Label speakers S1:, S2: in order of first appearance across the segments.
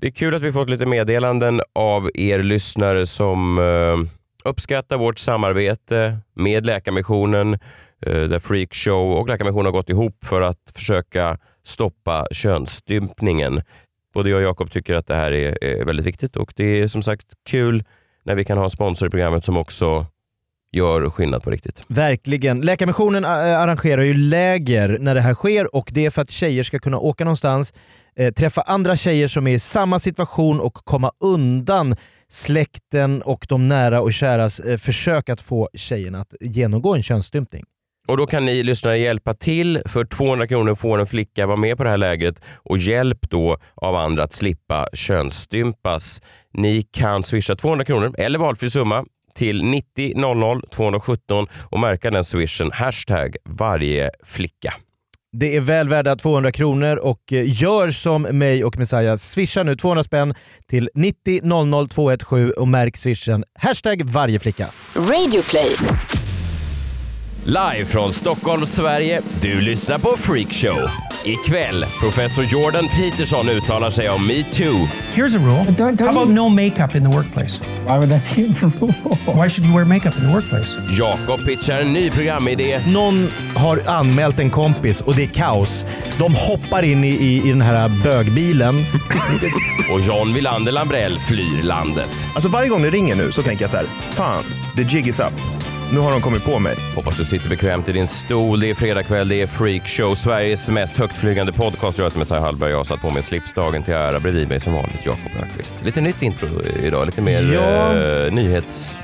S1: Det är kul att vi fått lite meddelanden av er lyssnare som eh, uppskattar vårt samarbete med Läkarmissionen, eh, där Freakshow och Läkarmissionen har gått ihop för att försöka stoppa könsstympningen. Både jag och Jakob tycker att det här är, är väldigt viktigt och det är som sagt kul när vi kan ha en sponsor i programmet som också gör skillnad på riktigt.
S2: Verkligen. Läkarmissionen eh, arrangerar ju läger när det här sker och det är för att tjejer ska kunna åka någonstans, eh, träffa andra tjejer som är i samma situation och komma undan släkten och de nära och käras eh, försök att få tjejerna att genomgå en könsstympning.
S1: Och Då kan ni lyssnare hjälpa till. För 200 kronor får en flicka vara med på det här lägret och hjälp då av andra att slippa könsstympas. Ni kan swisha 200 kronor eller valfri summa till 90 00 217 och märka den swishen hashtag varje flicka.
S2: Det är väl värda 200 kronor och eh, gör som mig och Messiah. Swisha nu 200 spänn till 90 00 217 och märk swishen hashtag varje flicka.
S3: Radioplay.
S1: Live från Stockholm, Sverige. Du lyssnar på Freakshow. Ikväll, professor Jordan Peterson uttalar sig om metoo.
S4: Here's a rule.
S5: Don't- don't
S4: How about
S5: you-
S4: no makeup in the workplace?
S5: Why would that be a rule?
S4: Why should you wear makeup in the workplace?
S1: Jakob pitchar en ny programidé.
S2: Någon har anmält en kompis och det är kaos. De hoppar in i, i, i den här bögbilen.
S1: Och John Wilander Lambrell flyr landet.
S6: Alltså varje gång det ringer nu så tänker jag så här, fan, the jig is up. Nu har de kommit på mig.
S1: Hoppas du sitter bekvämt i din stol. Det är fredagkväll, det är Freakshow, Sveriges mest högtflygande podcast. Jag heter Messiah Hallberg och jag har satt på mig slipsdagen till ära. Bredvid mig som vanligt Jakob Högqvist. Lite nytt intro idag, lite mer
S2: Ja.
S1: eh, nyhets...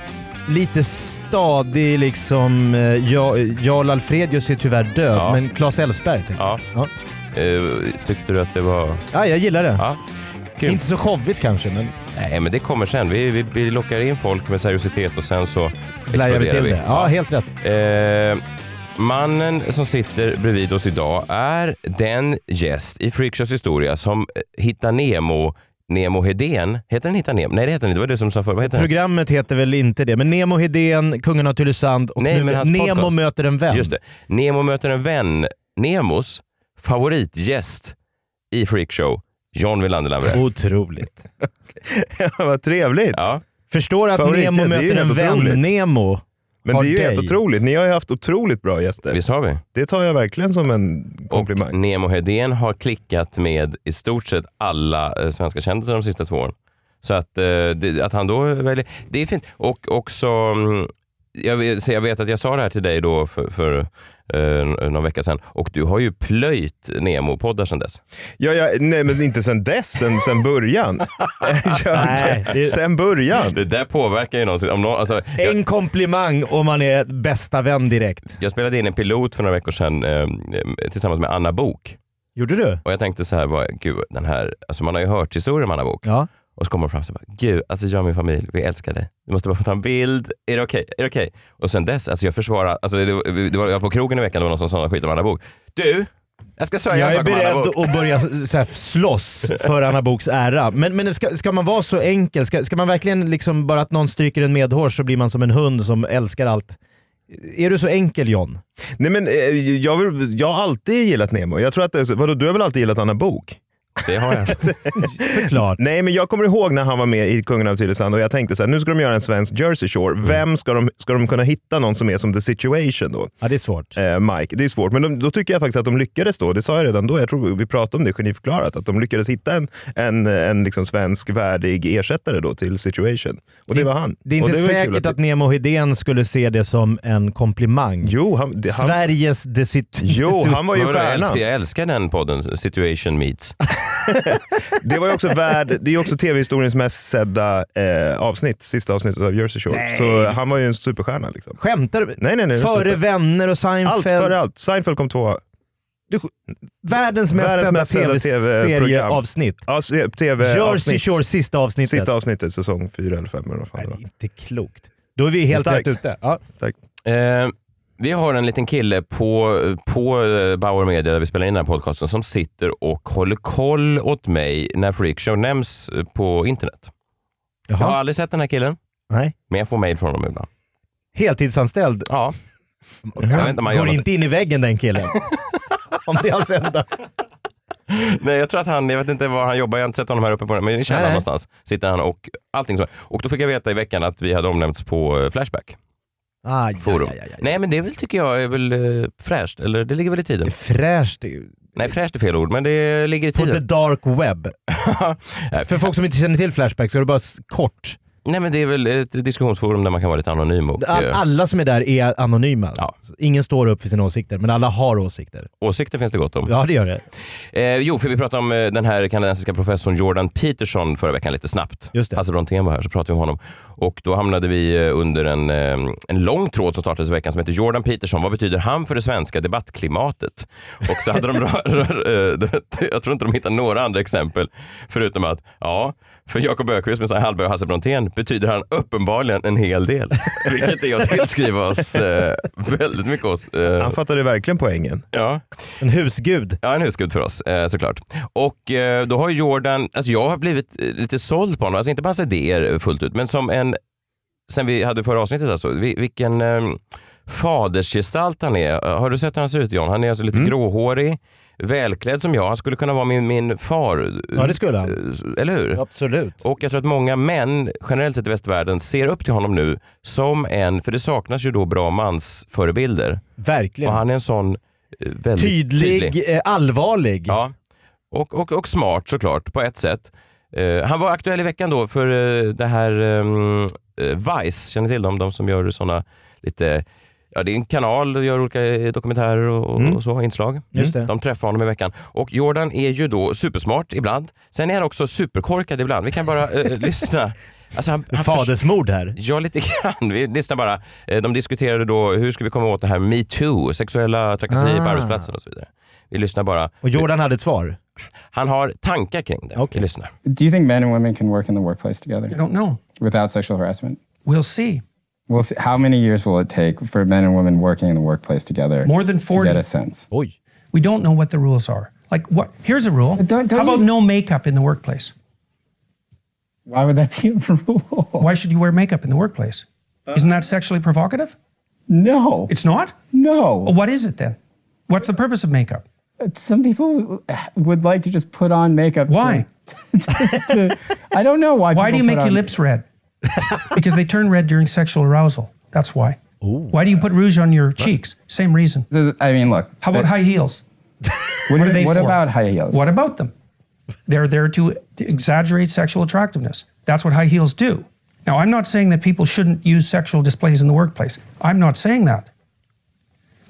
S2: Lite stadig liksom. eh, Ja, Jarl Alfredius är tyvärr död,
S1: Ja.
S2: men Claes Elfsberg. tänker jag.
S1: Ja.
S2: Ja.
S1: Eh, tyckte du att det var...
S2: Ja, jag gillar det.
S1: Ja. Kul.
S2: Inte så showigt kanske, men
S1: Nej, men det kommer sen. Vi, vi, vi lockar in folk med seriositet och sen så
S2: blajar vi
S1: exploderar
S2: till
S1: vi.
S2: det. Ja, helt rätt.
S1: Eh, mannen som sitter bredvid oss idag är den gäst i Freakshows historia som eh, hittar Nemo Nemo Hedén, heter den Hitta Nemo? Nej det heter den inte, det var du som sa förut. Vad heter den?
S2: Programmet heter väl inte det, men Nemo Hedén, Kungen av Tylösand och
S1: Nej,
S2: nu,
S1: men hans
S2: Nemo
S1: podcast.
S2: möter en vän.
S1: Just det. Nemo möter en vän, Nemos favoritgäst i Freakshow, John Wilander Lambrell.
S2: Otroligt.
S6: Vad trevligt.
S1: Ja.
S2: Förstår att
S6: Favorit, det
S2: Nemo
S6: är ju
S2: möter en
S6: helt
S2: vän,
S6: otroligt.
S2: Nemo.
S6: Men
S2: har
S6: det är ju helt
S2: dig.
S6: otroligt. Ni har ju haft otroligt bra gäster.
S1: Visst har vi?
S6: Det tar jag verkligen som en komplimang.
S1: Och
S2: mm.
S1: Nemo Hedén har klickat med i stort sett alla eh, svenska kändisar de sista två åren. Så att, eh, det, att han då väljer, det är fint. Och också, mm, jag vet, så jag vet att jag sa det här till dig då för, för eh, någon vecka sedan och du har ju plöjt Nemo-poddar sedan dess.
S6: Ja, ja, nej, men inte sen dess, sen, sen början. Gör
S2: Nej,
S6: inte.
S2: det-
S6: Sen början.
S1: Det där påverkar ju någonsin. Om någon, alltså, jag-
S2: En komplimang om man är bästa vän direkt.
S1: Jag spelade in en pilot för några veckor sedan eh, tillsammans med Anna Bok
S2: Gjorde du?
S1: och jag tänkte så här, vad, gud, den här, alltså man har ju hört historier om Anna Bok
S2: Ja.
S1: och så kommer hon fram och bara, gud, alltså jag och min familj, vi älskar dig. Vi måste bara få ta en bild, är det okej? Är det okej? Och sen dess, alltså jag försvarar, alltså det, var- det var, jag var på krogen i veckan, det var någon som sa någon skit om Anna Bok Du, jag ska säga
S2: Jag
S1: en sak
S2: är
S1: om Anna
S2: beredd
S1: Bok
S2: att börja så här, slåss för Anna Boks ära. Men, men ska, ska man vara så enkel? Ska, ska man verkligen liksom bara att någon stryker en medhårs så blir man som en hund som älskar allt? Är du så enkel John?
S6: Nej, men, eh, jag, vill, jag har alltid gillat Nemo. Jag tror att det är så, vadå, du har väl alltid gillat Anna Bok?
S1: Det har jag.
S2: Såklart.
S6: Nej, men jag kommer ihåg när han var med i Kungen av Tylösand och jag tänkte så här, nu ska de göra en svensk Jersey Shore.
S2: Mm.
S6: Vem ska de, ska de kunna hitta någon som är som The Situation då?
S2: Ja, det är svårt.
S6: eh, Mike. Det är svårt, men de, då tycker jag faktiskt att de lyckades då. Det sa jag redan då, jag tror vi pratade om det geniförklarat, att de lyckades hitta en, en, en liksom svensk värdig ersättare då till situation. Och det, var han.
S2: Det är
S6: och
S2: inte
S6: var ju kul
S2: säkert att, Nemo Hedén skulle se det som en komplimang.
S6: Jo, han, det, han,
S2: Sveriges desit...
S6: jo, han var ju
S1: Men vadå, jag,
S6: stjärnan.
S1: älskar, jag älskar den podden, Situation Meets.
S6: Det var ju också värd, det är ju också tv-historiens mest sedda eh, avsnitt, sista avsnittet av Jersey Shore. Så han var ju en superstjärna. Liksom.
S2: Skämtar du?
S6: Nej, nej, nej. det står
S2: Före
S6: inte.
S2: Vänner och
S6: allt
S2: Seinfeld.
S6: före allt. Seinfeld kom tvåa.
S2: Världens mest
S6: Världens
S2: sedda
S6: mest sedda
S2: tv-serieavsnitt.
S6: Ja, se- TV
S2: Jersey
S6: avsnitt.
S2: Shore sista avsnittet.
S6: Sista avsnittet, säsong fyra eller fem eller vad fan
S2: Nej,
S6: det
S2: det
S6: var.
S2: är inte klokt. Då är vi helt
S6: Starkt.
S2: rätt ute. Ja.
S1: Eh, vi har en liten kille på, på eh, Bauer Media där vi spelar in den här podcasten som sitter och håller koll åt mig när Freakshow nämns eh, på internet. Jag har
S2: Jaha.
S1: aldrig sett den här killen,
S2: Nej.
S1: men jag får mail från honom ibland.
S2: Heltidsanställd.
S1: Ja. Jag vet inte om han gör
S2: Går
S1: något.
S2: inte in i väggen den killen. Om det är hans enda.
S1: Nej, jag tror att han, jag vet inte var han jobbar, jag har inte sett honom här uppe på men i källaren
S2: Nej.
S1: någonstans sitter han och allting så. Och då fick jag veta i veckan att vi hade omnämnts på eh, Flashback
S2: Ah,
S1: forum. Nej, men det är väl, tycker jag är väl eh, fräscht, eller det ligger väl i tiden.
S2: Fräscht är ju-
S1: Nej, fräscht är fel ord, men det ligger i
S2: På the
S1: tiden.
S2: dark web.
S1: Nej,
S2: För folk som inte känner till Flashback så är det bara s- kort.
S1: Nej, men det är väl ett diskussionsforum där man kan vara lite anonym och
S2: All,
S1: eh,
S2: alla som är där är anonyma.
S1: Ja.
S2: Så Ingen står upp för sina åsikter, men alla har åsikter.
S1: åsikter finns det gott om.
S2: Ja, det gör det.
S1: Eh, jo, för vi pratade om eh, den här kanadensiska professorn Jordan Peterson förra veckan lite snabbt.
S2: Just det.
S1: Hasse Brontén var här så pratade vi om honom. Och då hamnade vi eh, under en, eh, en lång tråd som startades i veckan som heter Jordan Peterson. Vad betyder han för det svenska debattklimatet? Och så hade de, ra- ra- eh, jag tror inte de hittade några andra exempel förutom att ja, för Jakob Ökvist med Sanna Hallberg och Hasse Brontén betyder han uppenbarligen en hel del. Vilket är att tillskriva oss eh, väldigt mycket oss. Eh,
S6: Han fattade verkligen poängen.
S1: ja.
S2: En husgud.
S1: Ja, en husgud för oss eh, såklart. Och eh, då har ju Jordan, alltså jag har blivit eh, lite såld på honom, alltså inte på hans idéer fullt ut, men som en, sen vi hade förra avsnittet alltså, vi- vilken eh, fadersgestalt han är. Eh, Har du sett hur han ser ut John? Han är alltså
S2: Mm.
S1: lite gråhårig, välklädd som jag. Han skulle kunna vara min, min far.
S2: Ja, det skulle han.
S1: Eh, Eller hur?
S2: Absolut.
S1: Och jag tror att många män generellt sett i västvärlden ser upp till honom nu som en, för det saknas ju då bra mansförebilder.
S2: Verkligen.
S1: Och han är en sån eh, väldigt
S2: tydlig,
S1: tydlig.
S2: eh, allvarlig.
S1: Ja, och, och, och smart såklart på ett sätt. Eh, han var aktuell i veckan då för eh, det här um, Vice, känner ni till dem? De som gör såna lite, ja det är en kanal och gör olika eh, dokumentärer och, och- och så, inslag.
S2: Just det.
S1: De träffar honom i veckan. Och Jordan är ju då supersmart ibland. Sen är han också superkorkad ibland. Vi kan bara eh, lyssna. Alltså han, han förs-
S2: Fadersmord här.
S1: Ja, lite grann. Vi lyssnar bara. Eh, De diskuterade då hur ska vi komma åt det här metoo, sexuella trakasserier på
S2: Ah.
S1: arbetsplatsen och så vidare. Vi lyssnar bara.
S2: Och Jordan hade ett svar.
S1: Han har tankar kring det.
S2: Okej.
S1: Lyssna.
S5: Do you think men and women can work in the workplace together
S4: I don't know.
S5: without sexual harassment?
S4: We'll see.
S5: We'll see. How many years will it take for men and women working in the workplace together
S4: More than
S5: to
S4: 40.
S5: get a sense?
S2: Oj.
S4: We don't know what the rules are. Like what? Here's a rule.
S5: don't- don't
S4: How about
S5: you-
S4: no makeup in the workplace?
S5: Why would that be a rule?
S4: Why should you wear makeup in the workplace? Isn't that sexually provocative?
S5: No,
S4: It's not.
S5: no.
S4: Well, what is it then? What's the purpose of makeup?
S5: Some people would like to just put on makeup. to-
S4: Why?
S5: to- I don't know why.
S4: Why do
S5: people
S4: you
S5: put
S4: make your
S5: on-
S4: lips red? because they turn red during sexual arousal. That's why. Why do you put rouge on your cheeks? Same reason.
S5: This is- I mean, look.
S4: How about high heels?
S5: what,
S4: are they
S5: what
S4: for?
S5: about high heels?
S4: What about them? They're there to, to exaggerate sexual attractiveness. That's what high heels do. Now, I'm not saying that people shouldn't use sexual displays in the workplace. I'm not saying that.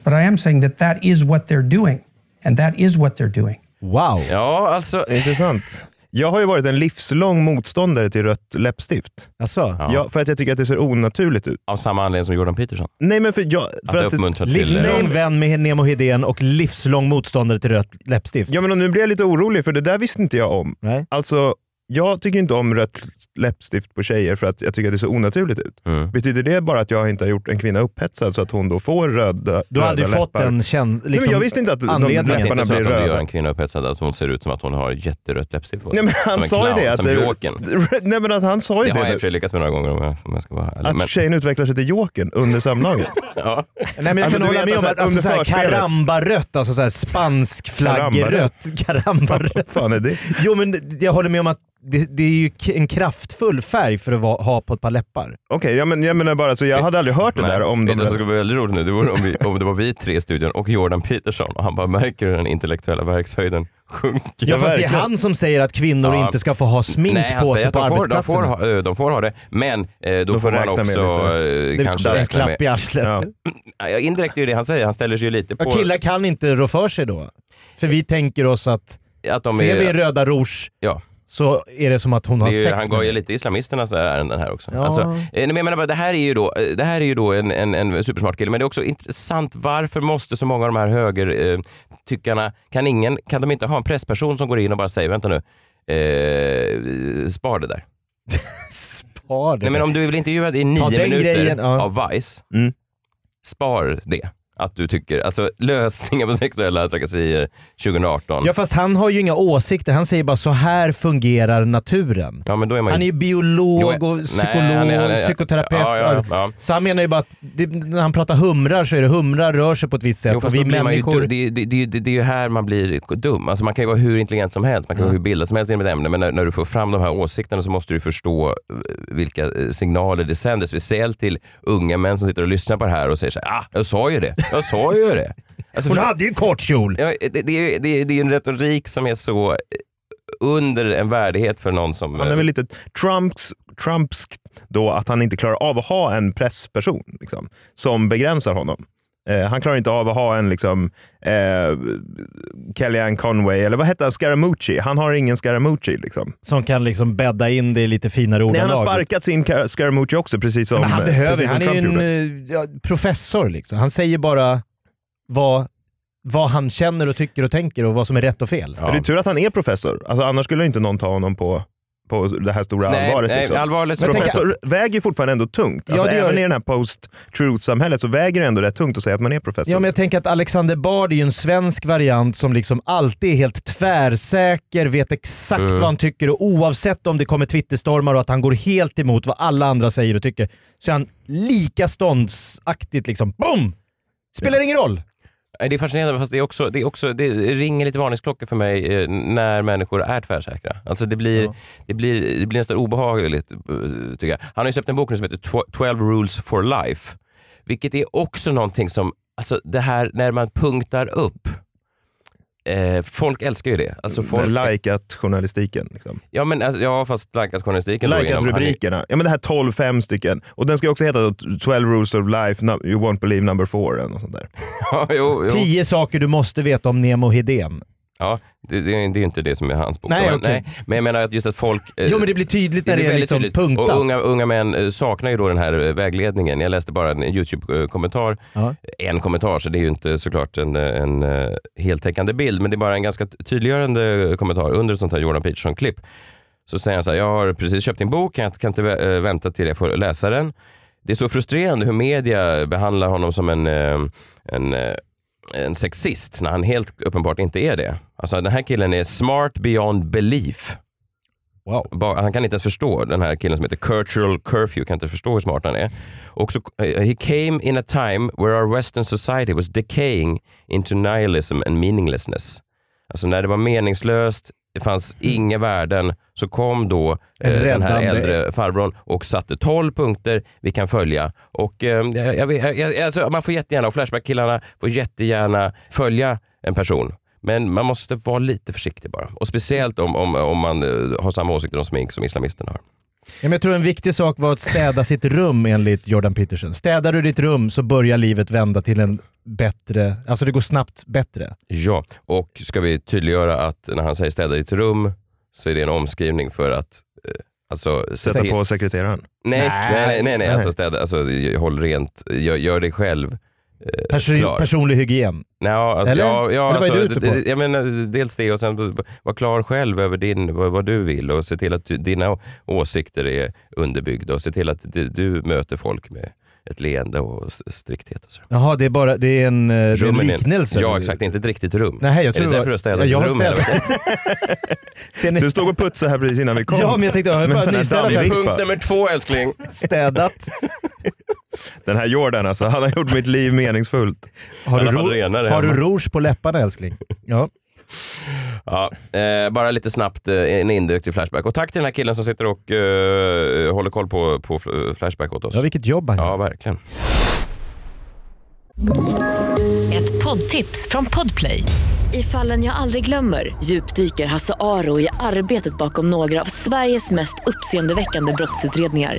S4: But I am saying that that is what they're doing. And that is what they're doing.
S2: Wow.
S1: Ja, alltså.
S6: Intressant. Jag har ju varit en livslång motståndare till rött läppstift.
S2: Alltså,
S6: Ja, för att jag tycker att det ser onaturligt ut.
S1: Av samma anledning som Jordan Peterson.
S6: Nej, men för jag... För
S1: Att,
S6: att
S1: att uppmuntra
S6: det,
S1: till...
S6: Nej,
S2: livslång
S6: men-
S2: vän med Nemo Hedén och livslång motståndare till rött läppstift.
S6: ja, men och nu blir jag lite orolig, för det där visste inte jag om.
S2: Nej.
S6: Alltså, jag tycker inte om rött läppstift på tjejer för att jag tycker att det ser onaturligt ut.
S1: Mm.
S6: Betyder det bara att jag inte har gjort en kvinna upphetsad så att hon då får röda
S2: Du har
S6: röda
S2: aldrig fått
S6: läppar?
S2: den känd, liksom,
S6: Nej, men jag visste inte att de
S1: Det
S2: anledningen.
S1: är
S6: läpparna
S1: inte så
S6: blir
S1: att om du gör
S6: röda.
S1: en kvinna upphetsad att hon ser ut som att hon har jätterött läppstift på sig.
S6: Nej, men
S1: som
S6: han
S1: en
S6: sa ju
S1: clown,
S6: det. Att
S1: Som
S6: det-
S1: Jokern.
S6: Nej, men att han sa ju
S1: Det
S6: det.
S1: har jag i och
S6: nu.
S1: för sig lyckats med några gånger om jag, om jag ska vara ärlig.
S6: Att
S1: Men,
S6: tjejen utvecklar sig till jokern under samlaget.
S2: Nej, men jag
S6: Alltså,
S2: kan
S6: du
S2: hålla
S6: vet,
S2: med om
S6: alltså,
S2: att alltså,
S6: under
S2: såhär,
S6: förspelet.
S2: karambarött, alltså såhär, spansk flaggrött. Karambarött.
S6: Vad fan är det?
S2: Jo men jag håller med om att det, det är ju k- en kraftfull färg för att va, ha på ett par läppar.
S6: Okej, ja, men jag menar bara så jag hade aldrig hört det där om
S1: de...
S6: de
S1: Det
S6: där.
S1: skulle vara väldigt roligt nu, det vore om, vi, om det var vi tre i studion och Jordan Peterson och han bara märker hur den intellektuella verkshöjden sjunker.
S2: Ja, fast det är
S6: verkligen.
S2: han som säger att kvinnor
S1: Ja.
S2: inte ska få ha smink
S1: Nej, alltså, han
S2: på
S1: säger
S2: sig
S1: att
S2: på
S1: de får, de,
S2: arbetsplatserna.
S1: får ha, eh, de får ha det, men eh, då
S6: får
S1: får man
S6: räkna med
S1: också eh,
S2: det
S1: kanske
S2: är en
S1: räkna
S2: klapp
S1: med...
S2: i arslet.
S6: Ja.
S1: Ja, Indirekt är ju det han säger, han ställer sig ju lite på...
S2: Ja, killar kan inte rå för sig då. För vi tänker oss att
S1: att de
S2: ser
S1: är,
S2: vi röda rouge
S1: Ja.
S2: så är det som att hon har
S1: Det är, ju-
S2: sex
S1: han gav
S2: med
S1: ju
S2: mig.
S1: lite islamisternas ärenden här också.
S2: Ja.
S1: Alltså, eh, nej, men jag menar bara, det här är ju då, eh, det här är ju då en, en, en supersmart kille, men det är också intressant varför måste så många av de här högertyckarna, eh, tyckarna- kan, ingen, kan de inte ha en pressperson som går in och bara säger vänta nu, eh, spar det där.
S2: Spar det.
S1: Nej, men om du vill intervjuad i nio
S2: den
S1: minuter
S2: grejen, ja.
S1: av Vice,
S6: Mm.
S1: spar det. att du tycker, alltså lösningar på sexuella trakasserier 2018.
S2: Ja fast han har ju inga åsikter, han säger bara så här fungerar naturen.
S1: Ja, men då är man ju...
S2: Han är ju biolog
S1: Jo,
S2: och
S1: nej,
S2: psykolog,
S1: han är- han är-
S2: psykoterapeut.
S1: ja, ja, ja.
S2: Så han menar ju bara att det, när han pratar humrar så är det humrar rör sig på ett visst sätt.
S1: Jo,
S2: och
S1: fast
S2: vi
S1: då blir man ju,
S2: människor...
S1: du- det, är ju- det, det, är ju- det, det är ju här man blir dum. Alltså man kan ju vara hur intelligent som helst, man kan vara hur bildad som helst inom ett ämne, men när, när du får fram de här åsikterna så måste du förstå eh, vilka eh, signaler det sänder. Speciellt till unga män som sitter och lyssnar på det här och säger så här, ah, jag sa ju det, jag sa ju det. Alltså,
S2: Hon
S1: förstå-
S2: hade ju kort kjol!
S1: ja, det, det, är- det, är- det är en retorik som är så eh, under en värdighet för någon som...
S6: Han är väl lite Trumps, Trumpsk då att han inte klarar av att ha en pressperson liksom, som begränsar honom. Eh, han klarar inte av att ha en liksom, eh, Kellyanne Conway, eller vad hette han, Scaramucci. Han har ingen Scaramucci. Liksom.
S2: Som kan liksom bädda in det i lite finare
S6: Nej, han
S2: ordalag.
S6: har sparkat sin Car- Scaramucci också, precis som,
S2: Men han behöver
S6: precis som
S2: han är
S6: Trump
S2: ju en
S6: gjorde.
S2: eh, ja, professor liksom. Han säger bara vad, vad han känner och tycker och tänker och vad som är rätt och fel.
S1: eh,
S6: Men Det är typ tur att han är professor, alltså, annars skulle inte någon ta honom på, på det här stora allvaret.
S1: nej,
S6: liksom.
S1: allvarligt
S6: Men
S1: så-
S6: professor väger ju fortfarande ändå tungt.
S2: Ja,
S6: Alltså,
S2: det gör
S6: även
S2: det.
S6: i den här post-truth-samhället så väger det ändå rätt tungt att säga att man är professor.
S2: Ja, men jag tänker att Alexander Bard är ju en svensk variant som liksom alltid är helt tvärsäker, vet exakt
S1: Mm.
S2: vad han tycker och oavsett om det kommer twitterstormar och att han går helt emot vad alla andra säger och tycker så är han lika ståndsaktigt liksom BOOM! Spelar ingen roll.
S1: Nej, Det är fascinerande, fast det, är också, det, är också, det ringer lite varningsklockor för mig eh, när människor är tvärsäkra. Alltså det, blir, det, blir, det blir nästan obehagligt, eh, tycker jag. Han har ju släppt en bok nu som heter Tw- 12 rules for life, vilket är också någonting som, alltså det här när man punktar upp, eh, folk älskar ju det. Alltså
S2: Mm,
S1: folk,
S6: Likat journalistiken. Liksom.
S1: ja, men, alltså, ja, fast likat journalistiken. då
S6: Likat
S1: inom- han är-
S6: rubrikerna. Ja, men det här 12 fem stycken. Och den ska också heta då 12 rules of life, no, you won't believe number four. Eller något sånt där.
S1: Ja, jo, jo.
S2: Tio saker du måste veta om Nemo Hedén.
S1: Ja, det, det, är- det är ju inte det som är hans bok.
S2: Nej,
S1: men,
S2: okej.
S1: men jag menar att just att folk... eh,
S2: Jo men det blir tydligt när det,
S1: blir
S2: är
S1: väldigt
S2: liksom
S1: tydligt.
S2: punktat.
S1: Och unga, unga män eh, saknar ju då den här eh, vägledningen. Jag läste bara en YouTube-kommentar.
S2: Ja.
S1: En kommentar, så det är ju inte såklart en, eh, en eh, heltäckande bild, men det är bara en ganska tydliggörande kommentar under ett sånt här Jordan Peterson-klipp. Så säger han så här, jag har precis köpt din bok, jag kan inte vä- eh, vänta till jag får läsa den. Det är så frustrerande hur media behandlar honom som en, eh, en eh, en sexist när han helt uppenbart inte är det. Alltså den här killen är smart beyond belief.
S2: Wow.
S1: Ba- Han kan inte ens förstå, den här killen som heter Cultural Curfew kan inte förstå hur smart han är. Och så, eh, he came in a time where our western society was decaying into nihilism and meaninglessness. Alltså när det var meningslöst, det fanns inga värden, så kom då eh,
S2: En
S1: den här
S2: räddande-
S1: äldre farbrorn och satte 12 punkter vi kan följa. Och, eh, jag, jag, vet- jag, jag- alltså, man får jättegärna, och Flashback-killarna får jättegärna följa en person. Men man måste vara lite försiktig bara. Och speciellt om, om, om man eh, har samma åsikter om smink som islamisterna har.
S2: Ja, men jag tror en viktig sak var att städa sitt rum enligt Jordan Peterson. Städar du ditt rum så börjar livet vända till en bättre, alltså det går snabbt bättre.
S1: Ja, och ska vi tydliggöra att när han säger städa ditt rum så är det en omskrivning för att eh, alltså, se
S6: Sätta
S1: till-
S6: på sekreteraren.
S1: Nej,
S2: Nej.
S1: nej, nej. nej, nej. Alltså, städa, alltså, håll rent, gör, gör det själv. eh,
S2: Perso-
S1: klar.
S2: personlig hygien.
S1: Nej, alltså,
S2: Eller?
S1: Ja,
S2: Eller
S1: ja,
S2: vad är
S1: alltså,
S2: du ute på?
S1: d- d- jag menar, dels det och sen var klar själv över din, vad, vad du vill och se till att du, dina åsikter är underbyggda och se till att d- du möter folk med ett leende och s- strikthet. Och så.
S2: Jaha, det är bara det är en, eh, det är en
S1: Rummen är-
S2: liknelse?
S1: Ja exakt, inte ett riktigt rum.
S2: Nej, jag tror
S1: är
S2: det
S1: det
S2: var-
S1: därför du har
S2: Ja,
S1: städat
S2: jag har
S1: ditt rum? eller?
S2: Ser ni?
S6: Du stod och putsade här precis innan vi kom.
S2: Ja, men jag tänkte, ja, jag
S6: Med
S2: bara
S6: sån här
S2: nystädat
S6: dammvimpa.
S1: Punkt nummer två älskling.
S2: Städat.
S6: Den här Jordan alltså, han har gjort mitt liv meningsfullt.
S2: Har
S1: I
S2: du,
S1: alla fall
S2: ro-
S1: renare
S2: har du
S1: hemma.
S2: rouge på läpparna älskling? Ja.
S1: Ja, eh, bara lite snabbt eh, en induktig Flashback. Och tack till den här killen som sitter och eh, håller koll på, på fl- Flashback åt oss.
S2: ja, vilket jobb han gör.
S1: ja verkligen.
S3: Ett poddtips från Podplay. I fallen jag aldrig glömmer djupdyker Hasse Aro i arbetet bakom några av Sveriges mest uppseendeväckande brottsutredningar.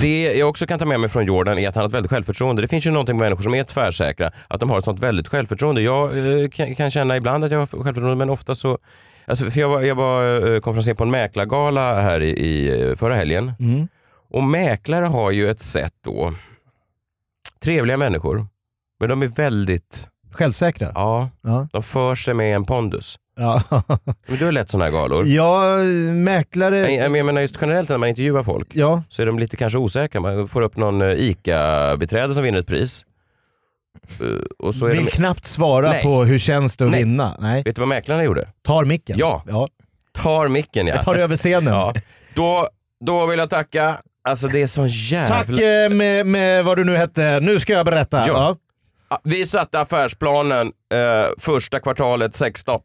S1: det jag också kan ta med mig från Jordan är att han har ett väldigt självförtroende. Det finns ju någonting med människor som är tvärsäkra, att de har ett sånt väldigt självförtroende. Jag eh, kan, kan känna ibland att jag har självförtroende, men ofta så... Alltså, för jag var, jag var eh, konferenser på en mäklargala här i, i eh, förra helgen.
S2: Mm.
S1: Och mäklare har ju ett sätt då. Trevliga människor, men de är väldigt...
S2: Självsäkra?
S1: Ja,
S2: Ja.
S1: de för sig med en pondus.
S2: Ja,
S1: Men du har lätt sådana här galor.
S2: ja mäklare...
S1: Nej, men Jag menar just generellt när man intervjuar folk
S2: Ja,
S1: så är de lite kanske osäkra. Man får upp någon eh, ICA-beträde som vinner ett pris. Eh, Och så är
S2: vill
S1: de...
S2: knappt svara
S1: Nej.
S2: på hur känns det att
S1: Nej.
S2: vinna. Nej.
S1: Vet du vad mäklarna gjorde?
S2: Tar micken.
S1: Ja.
S2: ja.
S1: Tar micken ja.
S2: Jag tar över scenen.
S1: ja. Då, då vill jag tacka. Alltså det är sån jävla...
S2: Tack eh, med, med vad du nu hette. Nu ska jag berätta.
S1: Ja. Ah, Vi satte affärsplanen eh, första kvartalet 16.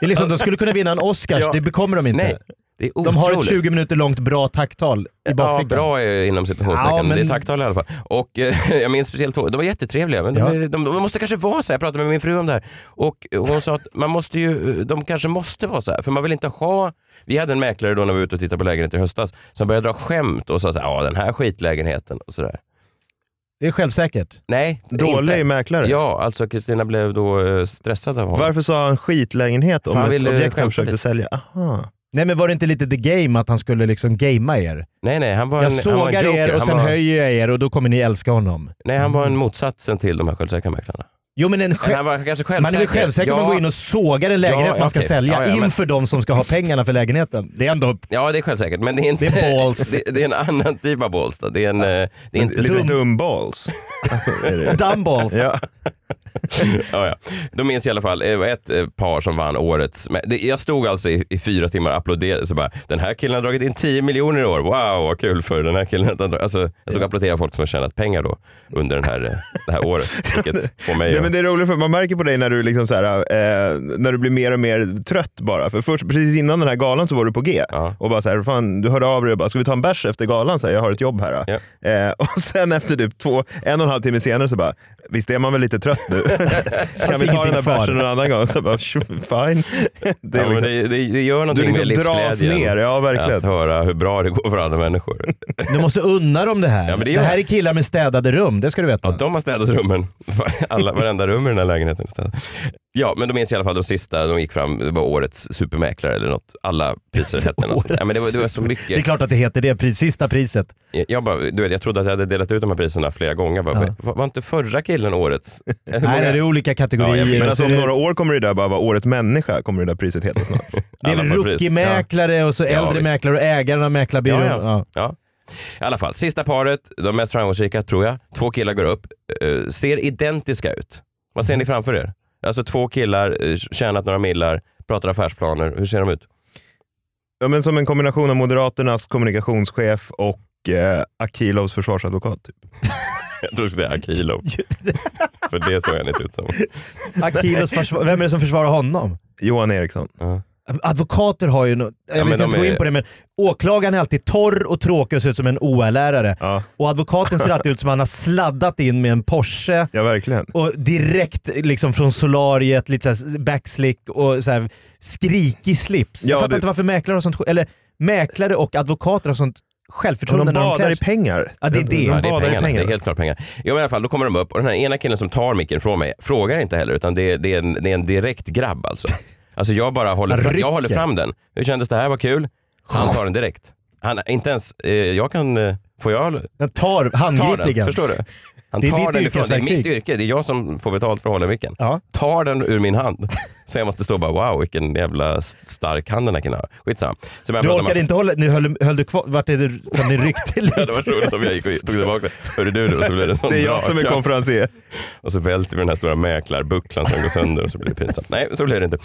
S2: Det är liksom, de skulle kunna vinna en Oscars,
S1: Ja.
S2: det kommer de inte.
S1: Nej, det är
S2: De har ett
S1: otroligt.
S2: 20 minuter långt bra tacktal i
S1: Ja,
S2: bakfickan.
S1: bra eh, inom citationstecken.
S2: Ja, men-
S1: Det är tacktal i alla fall. Och eh, jag minns speciellt två. De var jättetrevliga. Men
S2: Ja.
S1: de, de, de måste kanske vara så här. Jag pratade med min fru om det här. Och hon sa att man måste ju, eh, de kanske måste vara så här. För man vill inte ha... Vi hade en mäklare då när vi var ute och tittade på lägenheter i höstas som började dra skämt och sa så här, ja den här skitlägenheten och sådär.
S2: Det är självsäkert.
S1: Nej,
S6: Dålig
S1: inte.
S6: mäklare.
S1: Ja, alltså Kristina blev då eh, stressad av honom.
S6: Varför sa han skitlägenhet om
S1: Han
S6: ett
S1: ville
S6: objekt han
S1: skämta
S6: försökte
S1: lite.
S6: sälja? Aha.
S2: Nej men var det inte lite the game att han skulle liksom gamea er?
S1: Nej, nej, han var
S2: Jag
S1: en, han var en
S2: sågar
S1: joker.
S2: er och
S1: han
S2: sen
S1: var,
S2: höjer jag er och då kommer ni älska honom.
S1: Nej, han var en motsatsen till de här självsäkra mäklarna.
S2: Jo men en
S1: Men
S2: själv...
S1: han var kanske självsäker.
S2: Man är väl självsäker om man går in och sågar en lägenhet
S1: Ja,
S2: man ska
S1: okej.
S2: sälja
S1: Ja, ja, men-
S2: inför de som ska ha pengarna för lägenheten. Det är ändå...
S1: Ja, det är självsäkert. Men det är inte...
S2: Det är balls.
S1: det, det är en annan typ av balls. Då. Det är, en, eh, det är inte...
S6: Lite
S1: så-
S6: dumballs. Alltså, Är det?
S2: Dumballs.
S6: ja.
S1: ja, ja. De minns i alla fall eh, ett eh, par som vann årets... men det- Jag stod alltså i, i fyra timmar och applåderade. Så bara, den här killen har dragit in 10 miljoner i år. Wow, vad kul för den här killen. att han drar-" Alltså, jag stod och applåderade folk som har tjänat pengar då under den här, eh, det här året. Vilket får mig
S6: Nej,
S1: att-
S6: men det är roligt för man märker på dig när du, liksom så här, eh, när du blir mer och mer trött bara. För först, precis innan den här galan så var du på G.
S1: Ja.
S6: Och bara så här, fan, du hörde av dig och bara, ska vi ta en bärs efter galan? Så här, jag har ett jobb här. ja." Eh, och sen efter typ två, en och en halv timme senare så bara, visst är man väl lite trött nu? kan vi ta
S2: ingenting
S6: den där
S2: kvar.
S6: bärsen någon annan gång? Så bara, fine. Det
S1: ja,
S6: är
S1: men
S6: liksom,
S1: det, det, det gör
S6: du
S1: någonting
S6: liksom
S1: med
S6: dras
S1: livsglädjen.
S6: ner, ja verkligen.
S1: Att höra hur bra det går för andra människor.
S2: Du måste unna dem det här.
S1: Ja, men det
S2: det,
S1: gör
S2: här
S1: jag.
S2: är killar med städade rum, det ska du veta.
S1: Ja, de har städat rummen. Alla, varenda rum i den här lägenheten är städat. Ja, men de minns i alla fall de sista. De gick fram, det var årets supermäklare eller något. Alla priser hette något. sånt. Ja, men det, var, det var så
S2: Det är
S1: mycket.
S2: klart att det heter det, pris, sista priset.
S1: Jag, bara, du vet, jag trodde att jag hade delat ut de här priserna flera gånger. Jag Bara,
S2: Ja.
S1: var, var inte förra killen årets? Hur
S2: Nej,
S1: många-
S2: det är olika
S1: Ja, jag
S2: kategorier.
S1: vet.
S6: Men
S2: Och
S6: alltså,
S2: så
S6: om
S2: är det-
S6: några år kommer det där bara vara årets människa, kommer det där priset heta snart.
S2: Det är väl
S1: Alla får pris.
S2: rookiemäklare och så äldre
S1: visst.
S2: mäklare och ägaren av mäklarbyrån.
S1: Ja, ja. Ja. I alla fall, sista paret, de mest framgångsrika tror jag. Två killar går upp, eh, ser identiska ut. Vad ser ni framför er? Alltså två killar, eh, tjänat några millar, pratar affärsplaner. Hur ser de ut?
S6: Ja, men som en kombination av Moderaternas kommunikationschef och eh, Akilovs försvarsadvokat. Typ.
S1: Jag tror du skulle säga Akilov. För det såg han inte ut som.
S2: Akilos försvar- Vem är det som försvarar honom?
S6: Johan Eriksson.
S1: Ja.
S2: Advokater har ju no- Jag
S1: men
S2: vill
S1: de
S2: inte gå
S1: är-
S2: in på det men åklagaren är alltid torr och tråkig och ser ut som en OL-lärare.
S6: Ja,
S2: Och advokaten ser alltid ut som han har sladdat in med en Porsche
S6: ja verkligen.
S2: och direkt liksom från solariet, lite så här backslick och så här skrikig slips.
S6: Ja,
S2: jag fattar
S6: det-
S2: inte varför mäklare har sånt Eller mäklare och advokater har sånt
S6: Och
S2: självförtroende
S6: de
S2: när de klär
S6: badar i
S2: sig.
S6: pengar.
S2: Ja, det är det.
S6: De,
S1: Ja,
S6: de
S1: det är
S6: badar
S1: pengarna.
S6: i
S1: Det
S6: pengar.
S1: är helt klart pengar. Jo, men i alla fall, då kommer de upp och den här ena killen som tar micken från mig frågar inte heller utan det är, det är, en, det är en direkt grabb alltså. Alltså jag bara håller,
S2: Han
S1: fram, jag
S2: rycker.
S1: håller fram den. Hur kändes det här? Vad kul. Han tar den direkt. Han, inte ens, eh, jag kan, eh, får jag
S2: Den tar
S1: ta den?
S2: handgripligen.
S1: Förstår du? Han
S2: Det är
S1: tar
S2: ditt
S1: den ifrån, det är mitt
S2: yrkesverktyg.
S1: yrke. Det är jag som får betalt för att hålla micken.
S2: Ja.
S1: tar den ur min hand. Så jag måste stå och bara wow vilken jävla stark hand den här killen har. Skitsamma. Så börjar jag
S2: Du
S1: prata med-
S2: orkade inte hålla, ni höll, höll du kvar, vart är det som ni ryckte
S1: Ja,
S2: lite?
S1: det var roligt om jag gick och tog tillbaka det. Hörru du då, så blev det sån
S6: Det är jag som är
S1: draka.
S6: konferencier.
S1: Och så välter vi den här stora mäklarbucklan som går sönder och så blir det pinsamt. Nej, så blir det inte.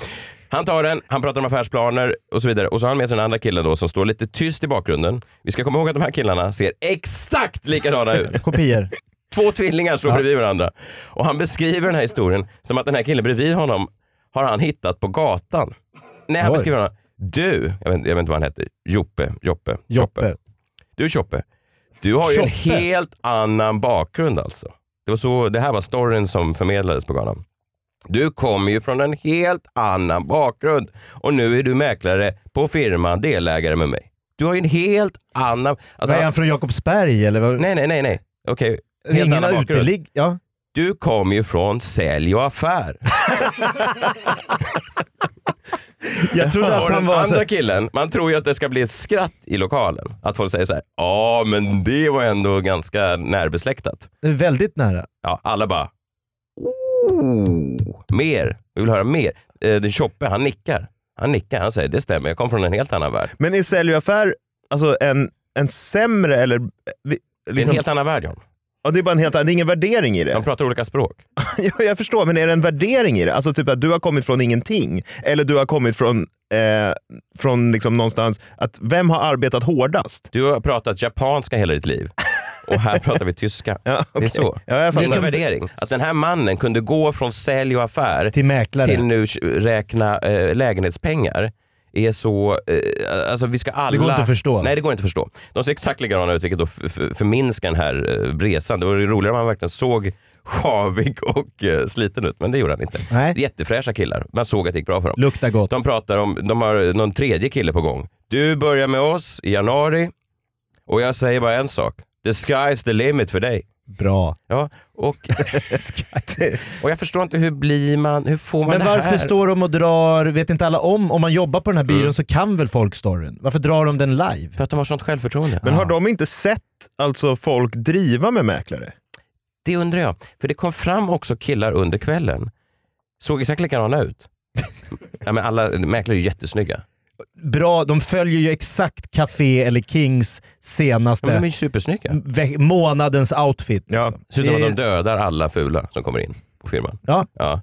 S1: Han tar den, han pratar om affärsplaner och så vidare. Och så har han med sig den andra killen då som står lite tyst i bakgrunden. Vi ska komma ihåg att de här killarna ser exakt likadana ut.
S2: Kopior.
S1: Två tvillingar står bredvid varandra. Och han beskriver den här historien som att den här killen bredvid honom har han hittat på gatan. Nej, han
S2: Oj.
S1: beskriver honom. Du, jag vet, jag vet inte vad han heter, Joppe, Joppe, Alltså,
S2: Joppe.
S1: Du Choppe, du har ju en
S2: Choppe.
S1: helt annan bakgrund alltså. Det, var så, det här var storyn som förmedlades på galan. Du kommer ju från en helt annan bakgrund och nu är du mäklare på firman, delägare med mig. Du har ju en helt annan... Alltså,
S2: är han från Jakobsberg eller? vad?
S1: nej, nej, nej. nej. Okej,
S2: Det är
S1: helt
S2: Ingen
S1: annan bakgrund.
S2: uteligg... Ja.
S1: Du kom ju från sälj och affär.
S2: Jag trodde
S1: och
S2: att han
S1: den
S2: var
S1: andra
S2: så här,
S1: killen, man tror ju att det ska bli ett skratt i lokalen. Att folk säger så här, ja men det var ändå ganska närbesläktat.
S2: väldigt nära.
S1: Ja, alla bara, oh, mer, vi vill höra mer. Eh, den Choppe, han nickar. Han nickar, han säger det stämmer, jag kom från en helt annan värld.
S6: Men är säljaffär alltså en, en sämre eller... eh, vi-
S1: Det är en
S6: Liksom,
S1: helt annan värld John.
S6: ja, det är bara en helt annan, det är ingen värdering i
S1: De
S6: det.
S1: pratar olika språk.
S6: Ja, jag förstår, men är det en värdering i det? Alltså typ att du har kommit från ingenting. Eller du har kommit från, eh, från liksom någonstans, att vem har arbetat hårdast?
S1: Du har pratat japanska hela ditt liv. Och här pratar vi tyska.
S6: Ja,
S1: Det är
S6: okej.
S1: så.
S6: Ja, jag
S1: Det är
S6: fattar.
S1: en värdering. Att den här mannen kunde gå från sälj och affär
S2: Till mäklare.
S1: till nu räkna eh, lägenhetspengar är så... Eh, alltså vi ska alla...
S2: Det går inte att förstå.
S1: Nej, det går inte att förstå. De ser exakt likadana ut, vilket då f- f- förminskar den här eh, resan. Det vore ju roligare om han verkligen såg sjavig och eh, sliten ut, men det gjorde han inte.
S2: Nej.
S1: Jättefräscha killar. Man såg att det gick bra för dem.
S2: Luktar gott.
S1: De pratar om, de har någon tredje kille på gång. Du börjar med oss i januari och jag säger bara en sak. The sky's the limit för dig.
S2: Bra.
S1: Ja, och, och jag förstår inte hur blir man, hur får man
S2: Men
S1: det
S2: varför
S1: här?
S2: står de och drar, vet inte alla om, om man jobbar på den här
S1: Mm.
S2: byrån så kan väl folk storyn? Varför drar de den live?
S1: För att de har sånt självförtroende.
S6: Men har de inte sett alltså, folk driva med mäklare?
S1: Det undrar jag. För det kom fram också killar under kvällen. Såg exakt likadana ut. ja, men alla mäklare är ju jättesnygga.
S2: Bra, de följer ju exakt Café eller Kings
S1: Ja, men de är
S2: senaste
S1: ju supersnygga.
S2: ve- månadens outfit. liksom.
S6: Ja.
S1: Ser ut som att de
S2: Det-
S1: dödar alla fula som kommer in på firman.
S2: Eh. Ja.
S1: Ja,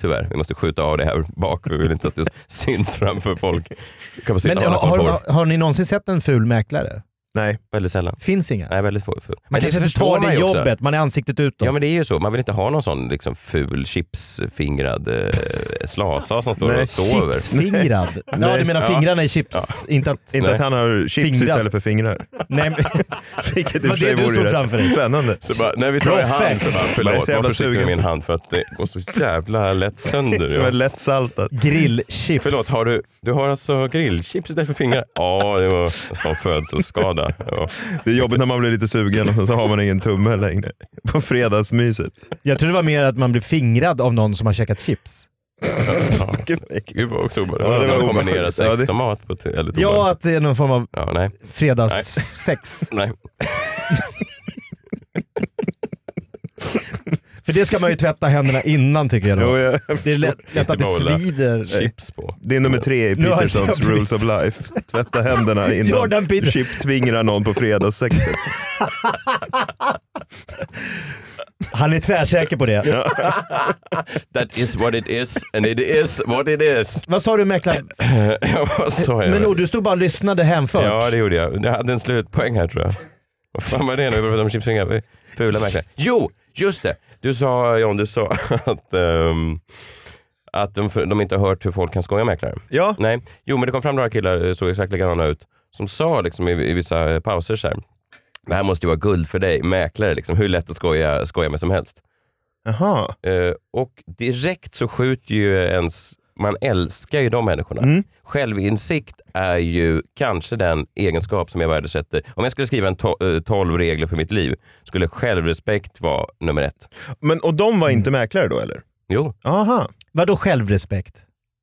S1: tyvärr. Vi måste skjuta av det här bak. Vi vill inte att du syns framför folk. Du kan få sitta
S2: Men
S1: och hålla
S2: har,
S1: koll på
S2: har,
S1: det.
S2: har ni någonsin sett en ful mäklare?
S6: Nej.
S1: Väldigt sällan.
S2: Finns inga.
S1: Nej, väldigt få. Man
S2: Man kanske inte tar det jobbet, man är ansiktet utåt.
S1: Ja men det är ju så, man vill inte ha någon sån liksom, ful chipsfingrad eh, slasa som står
S6: Nej,
S1: och sover.
S2: Chipsfingrad. ja du menar
S6: Ja.
S2: fingrarna i chips, inte att...
S6: Inte
S1: Nej.
S6: att han har chips
S2: Fingrar.
S6: istället för fingrar.
S2: Nej, men,
S6: Vilket i och
S2: Vad
S6: för
S2: det
S6: sig
S2: du
S6: vore
S2: såg
S6: rätt
S2: framför dig.
S6: Spännande.
S1: Så bara, när vi tar i hand så bara,
S6: Jag är
S1: förlåt,
S6: så
S1: var
S6: jävla
S1: försiktig med
S6: sugen.
S1: min hand för att det går så jävla lätt sönder.
S6: Som är
S1: Ja.
S6: lätt saltat.
S2: grillchips.
S1: Förlåt, har du, du har alltså grillchips istället för fingrar? Ja, det var en sån födselskada. Ja.
S6: Det är jobbigt när man blir lite sugen och sen så har man ingen tumme längre. På fredagsmyset.
S2: Jag tror det var mer att man blir fingrad av någon som har käkat chips.
S6: Gud, vad äckligt.
S1: Gud vad också
S6: Ja, det var
S1: obehagligt. Ja, kombinera
S6: obehagligt. Ja,
S1: sex
S6: det-
S1: och mat på ett väldigt
S2: Ja,
S1: obehagligt
S2: att det är någon form av
S1: Ja, nej.
S2: fredagssex.
S1: nej.
S2: För det ska man ju tvätta händerna innan tycker jag.
S6: Jo,
S2: Då.
S6: jag-
S2: Det är lätt, lätt att det
S1: Behålla
S2: svider.
S1: Chips på.
S6: Det är eh, nummer tre i
S2: Nu har jag
S6: Petersons
S2: blivit-
S6: Rules of Life. Tvätta händerna
S2: Jordan
S6: innan
S2: Peterson.
S6: chips fingrar någon på fredagssexet.
S2: Han är tvärsäker på det.
S1: That is what it is and it is what it is.
S2: Vad sa du mäklaren?
S1: ja, vad sa jag?
S2: Men oh, du stod bara och lyssnade hänfört.
S1: Ja, det gjorde jag. Jag hade en slutpoäng här tror jag. Vad fan var det nu? Vi pratade om chipsfingrar. Fula mäklare. Jo, just det. Du sa, John, du sa att, ehm, att de, de inte har hört hur folk kan skoja mäklare.
S6: Ja,
S1: Nej, jo men det kom fram några killar, eh, såg exakt likadana ut, som sa liksom i, i vissa eh, pauser så här. Det här måste ju vara guld för dig, mäklare, liksom, hur lätt att skoja, skoja med som helst.
S6: jaha.
S1: Eh, och direkt så skjuter ju ens, man älskar ju de människorna.
S2: Mm.
S1: Självinsikt är ju kanske den egenskap som jag värdesätter. Om jag skulle skriva en to- eh, 12 regler för mitt liv, skulle självrespekt vara nummer ett.
S6: Men, och de var inte mäklare då eller?
S1: Jo,
S6: Aha.
S2: Vadå självrespekt?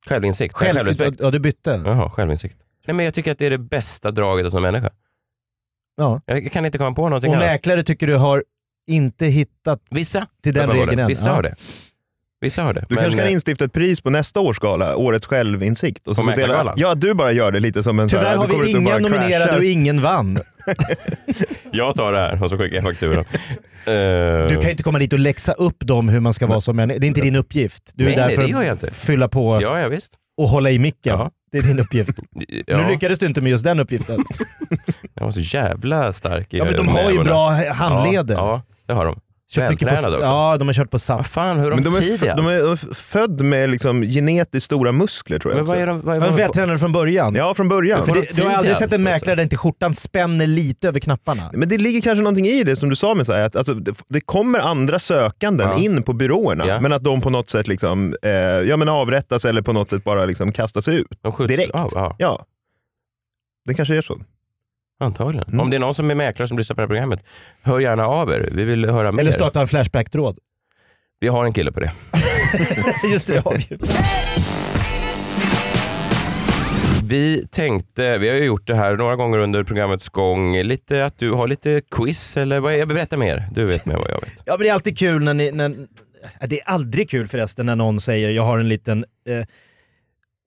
S1: självinsikt. Själv- självrespekt.
S2: Ja, du bytte. Ja.
S1: Jaha, självinsikt. Nej, men jag tycker att det är det bästa draget hos en människa. Jag kan inte komma på någonting
S2: Och
S1: annat.
S2: mäklare tycker du har inte hittat
S1: Vissa.
S2: till den
S1: Uppenbarligen.
S2: regeln än.
S1: Vissa
S2: Ja.
S1: har det. Vissa har det. eh,
S6: Du kanske
S2: eh,
S6: kan instifta ett pris på nästa års gala, Årets självinsikt. Och
S1: På
S6: delar-
S1: mäklargalan?
S6: Ja, du bara gör det lite som en... så här,
S2: Tyvärr
S6: du
S2: har
S6: kommer
S2: vi
S6: ut och
S2: inga
S6: bara
S2: nominerade
S6: crashar.
S2: och ingen vann.
S1: jag tar det här och så skickar jag fakturan. Eh,
S2: Du kan ju inte komma dit och läxa upp dem hur man ska vara som människa. Det är inte din uppgift. Du är
S1: Nej,
S2: där
S1: nej, det gör
S2: för
S1: jag
S2: att
S1: inte.
S2: fylla på
S1: Ja, ja visst.
S2: och hålla i micken.
S1: Ja.
S2: Det är din uppgift. Nu
S1: Ja,
S2: lyckades du inte med just den uppgiften.
S1: jag var så jävla stark i
S2: Ja, men de
S1: nävarna.
S2: har ju bra handleder.
S1: Ja, ja det har de.
S2: Kört mycket på-
S1: Vältränade också.
S2: Ja, de har kört på
S1: Vad
S2: SAS.
S1: fan, hur har
S6: Men
S1: de
S6: de
S1: tid i
S6: är,
S1: allt?
S6: de är f- född med liksom genetiskt stora muskler tror jag.
S1: Men vad
S6: också.
S1: är de... Vad är
S2: De
S1: de
S2: var vältränade från början.
S6: Ja, från början.
S1: För
S2: För
S1: de
S2: det,
S1: tid
S2: du har
S1: i
S2: aldrig sett
S1: allt,
S2: en mäklare
S1: alltså.
S2: där inte skjortan spänner lite över knapparna.
S6: Men det ligger kanske någonting i det som du sa, med så här, att alltså, det, det kommer andra sökanden
S1: Ja.
S6: in på byråerna,
S1: Ja.
S6: men att de på något sätt liksom, eh, ja, men avrättas eller på något sätt bara liksom kastas ut.
S1: de skjuts
S6: direkt.
S1: Av, ja.
S6: Ja, det kanske är så.
S1: Antagligen.
S2: Mm.
S1: Om det är någon som är mäklare som lyssnar på det här programmet, hör gärna av er. Vi vill höra mer.
S2: Eller starta en Flashback-tråd.
S1: Vi har en kille på det.
S2: Just det, det har vi ju.
S1: Vi tänkte, vi har ju gjort det här några gånger under programmets gång, lite att du har lite quiz eller vad är, berätta mer. Du vet mer vad jag vet.
S2: Ja men det är alltid kul när ni... När, äh, det är aldrig kul förresten när någon säger jag har en liten... Eh,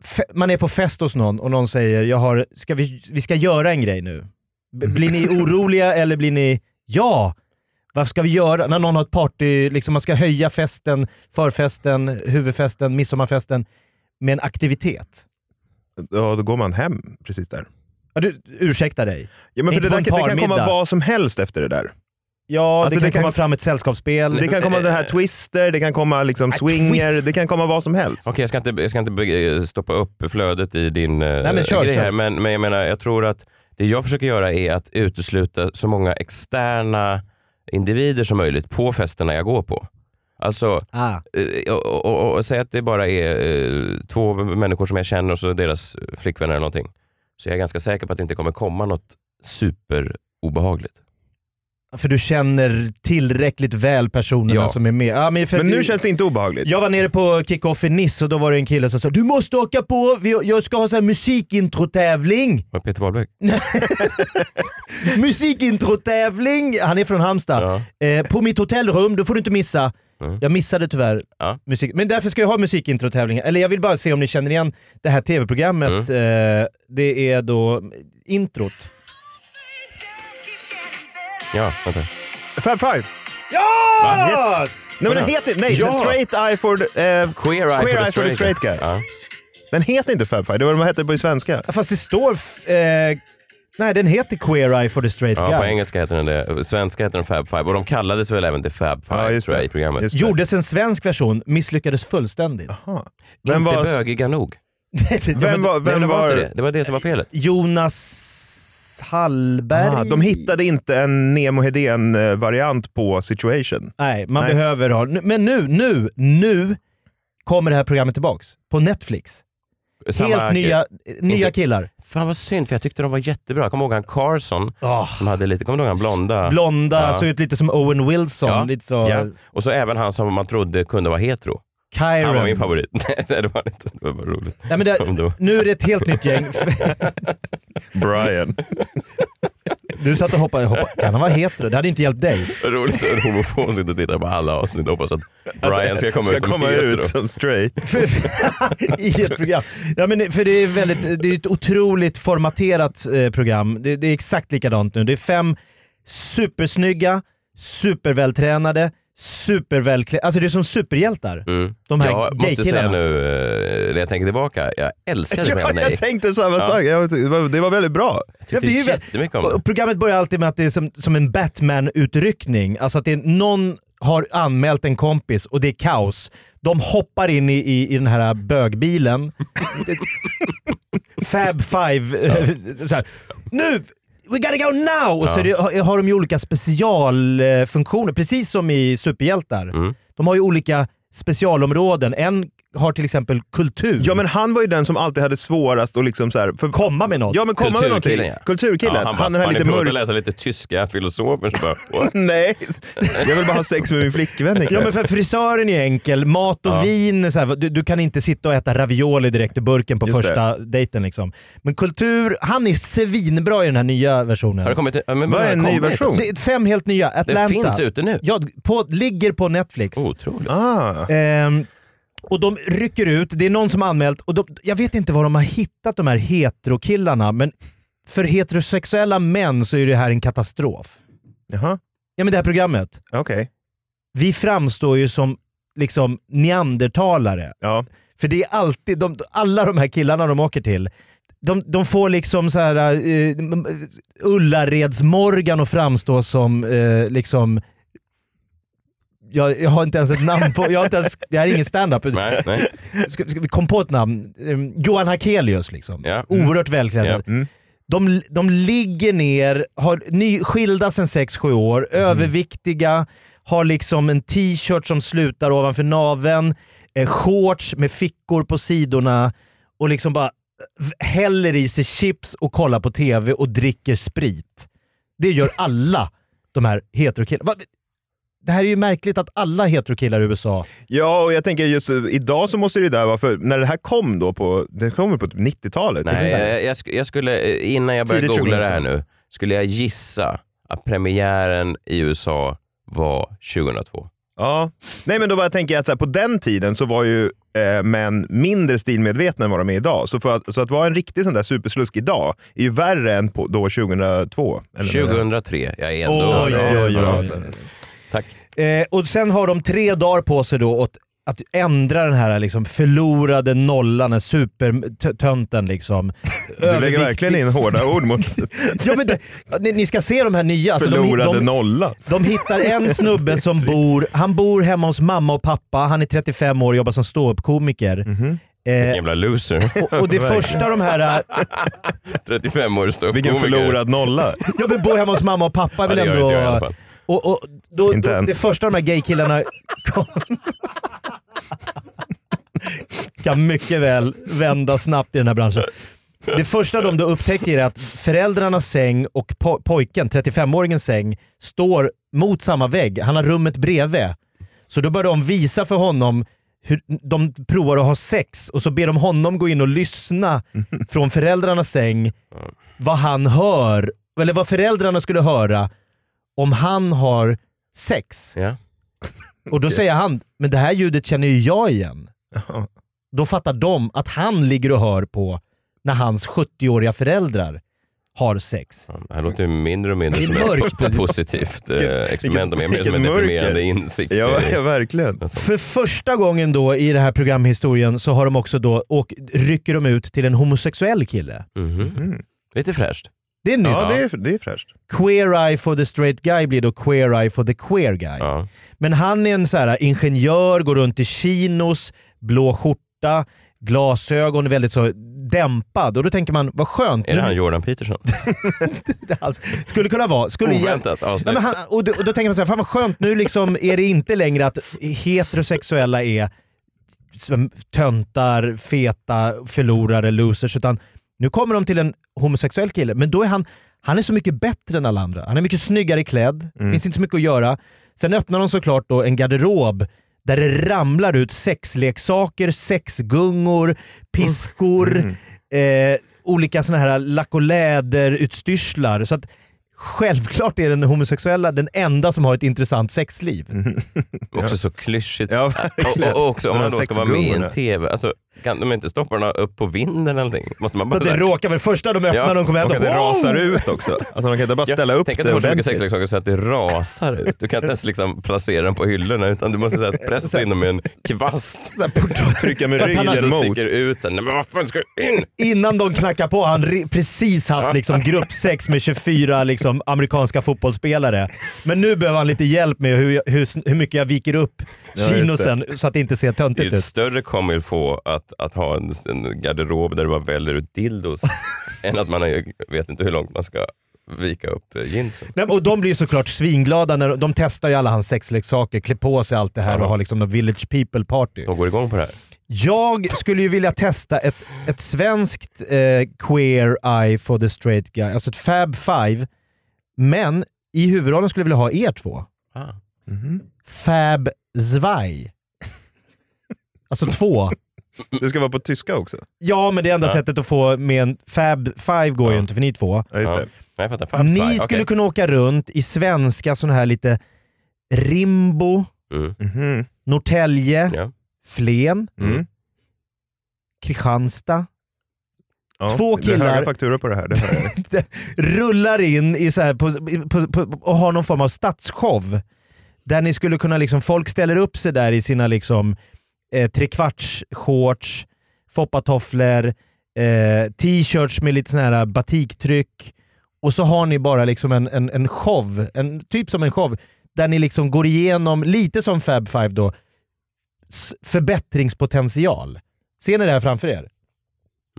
S2: fe, man är på fest hos någon och någon säger jag har, ska vi, vi ska göra en grej nu. B-
S6: Mm.
S2: Blir ni oroliga eller blir ni ja? Vad ska vi göra? När någon har ett party, liksom man ska höja festen, förfesten, huvudfesten, midsommarfesten med en aktivitet.
S6: Ja, då går man hem precis där.
S2: Ja, du, ursäkta dig.
S6: Ja, men för
S2: Inte
S6: det,
S2: på en
S6: där, det kan komma
S2: parmiddag.
S6: vad som helst efter det där.
S2: Ja,
S6: Alltså,
S2: det,
S6: det
S2: kan
S6: kan-
S2: komma fram ett sällskapsspel.
S6: Det kan komma den här twister, det kan komma liksom swinger,
S2: Eh, twist.
S6: det kan komma vad som helst.
S1: Okej, jag ska inte, jag ska inte be- stoppa upp flödet i din Nej,
S2: men kör,
S1: grej
S2: kör.
S1: här, men, men jag menar, jag tror att det jag försöker göra är att utesluta så många externa individer som möjligt på festerna jag går på. Alltså,
S2: Ah.
S1: Eh, och, och, och, och säg att det bara är eh, två människor som jag känner och så deras flickvänner eller någonting. Så jag är ganska säker på att det inte kommer komma något superobehagligt.
S2: För du känner tillräckligt väl personerna
S1: Ja.
S2: som är med. Ja, men för
S6: Men
S2: att
S6: nu
S2: du,
S6: känns det inte obehagligt.
S2: jag var nere på kick-off i Nice och då var det en kille som sa du måste åka på, vi- jag ska ha så här musikintrotävling.
S1: Var det Peter Wahlbeck?
S2: musikintrotävling! Han är från Halmstad.
S1: Ja.
S2: Eh, på mitt hotellrum, då får du inte missa.
S1: Mm.
S2: Jag missade tyvärr
S1: Ja.
S2: musik. Men därför ska jag ha musikintrotävlingar. Eller jag vill bara se om ni känner igen det här tv-programmet.
S1: Mm.
S2: Eh, det är då introt.
S1: Ja, vänta.
S6: Fab Five!
S1: Ah,
S2: Ja!
S6: Va? Nej, men den heter, nej
S1: Ja.
S6: The Straight Eye for the, eh,
S1: Queer Eye
S6: Queer
S1: for the
S6: Eye for the
S1: Straight
S6: Straight Guy.
S1: Ja.
S6: Den heter inte Fab Five, det var vad den hette på svenska.
S2: Ja, Fast det står... f- Eh, nej, den heter Queer Eye for the Straight
S1: Ja, på
S2: Guy.
S1: engelska heter den det. Svenska heter den Fab Five och de kallades väl även till Fab Five
S6: Ja, just
S1: tror jag,
S6: det.
S1: i programmet.
S6: Just det.
S2: Gjordes en svensk version, misslyckades fullständigt.
S6: Jaha.
S1: Inte
S6: Vem var,
S1: bögiga nog.
S6: vem var,
S1: Nej,
S6: vem
S1: det, var
S6: var,
S1: inte det. det var det som var felet.
S2: Jonas Hallberg?
S6: ah, de hittade inte en Nemo Hedén-variant på Situation.
S2: Nej, man
S6: Nej.
S2: behöver ha... nu- Men nu, nu, nu kommer det här programmet tillbaks. På Netflix. Helt nya, nya
S1: Inte-
S2: killar.
S1: Fan vad synd, för jag tyckte de var jättebra. Jag kommer ihåg han Carson
S6: Ah.
S1: som hade lite, kommer du ihåg han blonda?
S2: Blonda,
S1: Ja.
S2: såg ut lite som Owen Wilson.
S1: Ja,
S2: Lite så...
S1: Ja. Och så även han som man trodde kunde vara hetero. Han var min
S2: Kyron.
S1: favorit. Nej, det var han inte. Det var bara roligt.
S2: Nej, men
S1: Om det
S2: det,
S1: var-
S2: nu är det ett helt nytt gäng.
S6: Brian.
S2: Du satt och hoppade, hoppade. Kan han vara hetero? Det hade inte hjälpt dig.
S1: Roligt att homofon sitter och tittar på alla avsnitt och hoppas att Brian ska komma
S6: Ska
S1: ut som
S6: komma
S1: hetero.
S6: ut som straight.
S2: i ett program. Ja, men för det är, väldigt, det är ett otroligt formaterat eh, program. Det, det är exakt likadant nu. Det är fem supersnygga, supervältränade, supervälklädda. Alltså det är som superhjältar.
S1: Mm.
S2: De här
S1: jag måste säga
S2: gaykillarna.
S1: nu eh, när jag tänker tillbaka, jag älskade det
S6: Ja,
S1: programmet. Nej.
S6: jag tänkte samma
S1: Ja.
S6: sak. Jag, det var- det var väldigt bra.
S2: Ja,
S1: Jag tyckte
S2: det är ju vä-
S1: jättemycket om
S2: och,
S1: det.
S2: och programmet börjar alltid med att det är som, som en Batman-utryckning. Alltså att det är någon har anmält en kompis och det är kaos. De hoppar in i, i, i den här bögbilen. Fab Five. eh, så här, nu! We gotta go now! Och så är det, har- har de ju olika specialfunktioner, precis som i superhjältar.
S1: Mm.
S2: De har ju olika specialområden. En har till exempel kultur.
S6: Ja men han var ju den som alltid hade svårast att liksom så här, för,
S2: Komma med något.
S6: Ja men komma med någonting.
S1: Kulturkillen, ja.
S6: Kulturkillen.
S1: Ja,
S6: han,
S1: bara,
S6: den här
S1: "Har ni
S6: lite
S1: provat att
S6: mörk...
S1: läsa lite tyska filosofer. Så bara, "What?"
S6: Nej, jag vill bara ha sex med min flickvän
S2: Ja
S6: ikväll.
S2: men för frisören är enkel, mat och vin är så här, du, du kan inte sitta och äta ravioli direkt ur burken på
S6: Just det.
S2: första dejten liksom. Men kultur, han är svinbra i den här nya versionen.
S1: Har det kommit, ja, men
S6: Vad är en ny
S1: kommit?
S6: version?
S2: Det är fem helt nya, Atlanta.
S1: finns Oh. ute nu?
S2: Ja, på, ligger på Netflix.
S1: Otroligt.
S6: Ah,
S2: Ehm, och de rycker ut, det är någon som har anmält, och de, jag vet inte var de har hittat de här heterokillarna, men för heterosexuella män så är det här en katastrof.
S6: jaha,
S2: Ja men det här programmet.
S6: okej.
S2: vi framstår ju som liksom neandertalare.
S6: Ja.
S2: För det är alltid, de, alla de här killarna de åker till, de, de får liksom så här eh, Ullareds-Morgan att framstå som eh, liksom jag, jag har inte ens ett namn på, jag har inte ens, det här är ingen standup.
S1: Nej, nej.
S2: Ska, ska vi kom på ett namn, Ehm, Johan Hakelius liksom.
S1: Ja.
S2: Oerhört välklädd.
S1: Ja.
S6: Mm.
S2: De, de ligger ner, har ny, skilda sedan 6-7 år,
S1: Mm.
S2: överviktiga, har liksom en t-shirt som slutar ovanför naveln, eh, shorts med fickor på sidorna och liksom bara häller i sig chips och kollar på TV och dricker sprit. Det gör alla de här heterokillarna. Det här är ju märkligt att alla heterokillar i USA...
S6: Ja, och jag tänker just eh, idag så måste det där vara, för när det här kom då på, det kom väl på typ. 90-talet?
S1: Nej,
S6: Exakt.
S1: Eh, jag, jag, sk- jag skulle, eh, innan jag började
S6: Tidigt
S1: googla det här
S6: 2000.
S1: nu, skulle jag gissa att premiären i USA var 2002.
S6: Ja. Nej men då bara tänker jag att så här, på den tiden så var ju eh, män mindre stilmedvetna än vad de är idag. Så, för att, så att vara en riktig sån där superslusk idag är ju värre än på, då 2002. Eller vad det är.
S1: 2003, jag är ändå...
S2: Oj, oj, oj, oj, oj.
S1: Tack.
S2: Eh, och sen har de tre dagar på sig då åt att ändra den här liksom förlorade nollan, den supertönten. Liksom.
S6: Du lägger verkligen in hårda ord mot
S2: ja, men det, ni, ni ska se de här nya. Alltså, de,
S6: förlorade
S2: de,
S6: nolla.
S2: de hittar en snubbe som bor han bor hemma hos mamma och pappa. Han är 35 år och jobbar som ståuppkomiker.
S1: Mhm.
S2: Eh,
S1: Jävla loser.
S2: och, och det första de här... eh,
S1: 35 år ståuppkomiker.
S6: Vilken förlorad nolla.
S2: Ja men bor hemma hos mamma och pappa är väl
S1: Ja, det gör
S2: ändå...
S1: inte jag i alla fall.
S2: och, och, då,
S6: Inte
S2: då,
S6: än.
S2: det första de här gaykillarna kom... kan mycket väl vända snabbt i den här branschen. Det första de då upptäcker är att föräldrarnas säng och po- pojken, 35-åringens säng, står mot samma vägg. Han har rummet bredvid. Så då börjar de visa för honom hur de provar att ha sex och så ber de honom gå in och lyssna från föräldrarnas säng vad han hör, eller vad föräldrarna skulle höra om han har sex.
S1: Ja.
S2: Och då säger han, men det här ljudet känner ju jag igen. Då fattar de att han ligger och hör på när hans 70-åriga föräldrar har sex.
S1: Det här låter ju mindre och mindre
S2: Det är
S1: som
S2: mörkt.
S1: ett positivt eh, experiment och mer och mer som en
S6: vilket mörker.
S1: deprimerande insikt.
S6: Ja,
S1: i-
S6: ja, verkligen.
S1: Alltså,
S2: För första gången då i den här programhistorien så har de också då, och rycker de ut till en homosexuell kille.
S1: Mhm. Lite fräscht.
S2: Det är nytt.
S6: Mm. Ja, det är, det är fräscht.
S2: Queer Eye for the straight guy blir då Queer Eye for the queer guy.
S1: Ja.
S2: Men han är en så här ingenjör, går runt i chinos, blå skjorta, glasögon, väldigt så dämpad. Och då tänker man, vad skönt.
S1: Är det
S2: nu-
S1: han Jordan Peterson?
S2: alls. Skulle kunna vara. Skulle jag-
S1: Oväntat
S2: Nej,
S1: avsnitt.
S2: men han, och, då, och då tänker man så här, fan vad skönt, nu liksom är det inte längre att heterosexuella är som töntar, feta, förlorare, losers. Utan nu kommer de till en homosexuell kille, men då är han, han är så mycket bättre än alla andra. Han är mycket snyggare klädd, finns inte så mycket att göra. Sen öppnar de såklart då en garderob där det ramlar ut sexleksaker, sexgungor, piskor, eh, olika såna här lack och läderutstyrslar. Så att självklart är den homosexuella den enda som har ett intressant sexliv.
S6: Mm.
S1: Också så klyschigt.
S6: Ja,
S1: Och,
S6: verkligen.
S1: och, och också om
S6: De här
S1: man då ska vara med i
S6: sexgungorna.
S1: en TV, alltså, kan de inte stoppa den upp på vinden eller någonting? Måste man bara
S2: Att det råkar väl första de öppnar
S1: Ja,
S2: när de kommer hem.
S6: Och att
S2: de-
S6: det rasar
S2: Wow!
S6: ut också. Alltså, de kan inte bara
S1: Ja,
S6: ställa upp
S1: Tänk att
S6: det
S1: du har så mycket
S6: ordentligt.
S1: sexleksaker så att det rasar ut. Du kan inte ens liksom placera den på hyllorna utan du måste så här, pressa in den med en kvast.
S6: Trycka med
S1: För att han
S6: ryggen
S1: alltid
S6: mot.
S1: sticker ut. Så här, Nej men vad fan ska du in?
S2: Innan de knackar på har han re- precis haft liksom gruppsex med 24 liksom, amerikanska fotbollsspelare. Men nu behöver han lite hjälp med hur, jag- hur, sn- hur mycket jag viker upp
S6: just det.
S2: chinosen så att det inte ser
S1: Det är
S2: töntigt
S1: ju ett
S2: ut.
S1: större comme il faut att, att ha en, en garderob där du bara väljer ut dildos än att man har, vet inte hur långt man ska vika upp eh, jeansen.
S2: Nej, men- och de blir ju såklart svinglada när de, de testar ju alla hans sexleksaker, klär på sig allt det här
S1: Ja.
S2: och har liksom en village people party.
S1: De går igång på det här.
S2: Jag skulle ju vilja testa ett, ett svenskt eh, queer eye for the straight guy, alltså ett Fab Five. Men i huvudrollen skulle jag vilja ha er två.
S1: Ah.
S6: Mhm.
S2: Fab Zwei. Alltså två.
S6: Det ska vara på tyska också.
S2: Ja, men det enda sättet att få med en Fab Five går ju
S1: Ja.
S2: inte för ni två.
S6: Ja, just
S1: Ja.
S6: det.
S1: Nej, jag fattar. Fan,
S2: Ni
S1: fly.
S2: skulle
S1: Okej.
S2: kunna åka runt i svenska sådana här lite Rimbo,
S1: Mm.
S6: Mhm.
S2: Norrtälje,
S1: Ja.
S2: Flen,
S6: Mm.
S2: Kristianstad.
S6: Ja,
S2: Två
S6: Det är
S2: killar.
S6: höga fakturor på det här. Det hör jag.
S2: rullar in i så här på, på, på, och har någon form av stadsshow. Där ni skulle kunna, liksom, folk ställer upp sig där i sina liksom, eh, trekvarts-shorts, foppatofflor, eh, t-shirts med lite sån här batiktryck. Och så har ni bara liksom en, en, en show, en, typ som en show, där ni liksom går igenom, lite som Fab Five då, s- förbättringspotential. Ser ni det här framför er?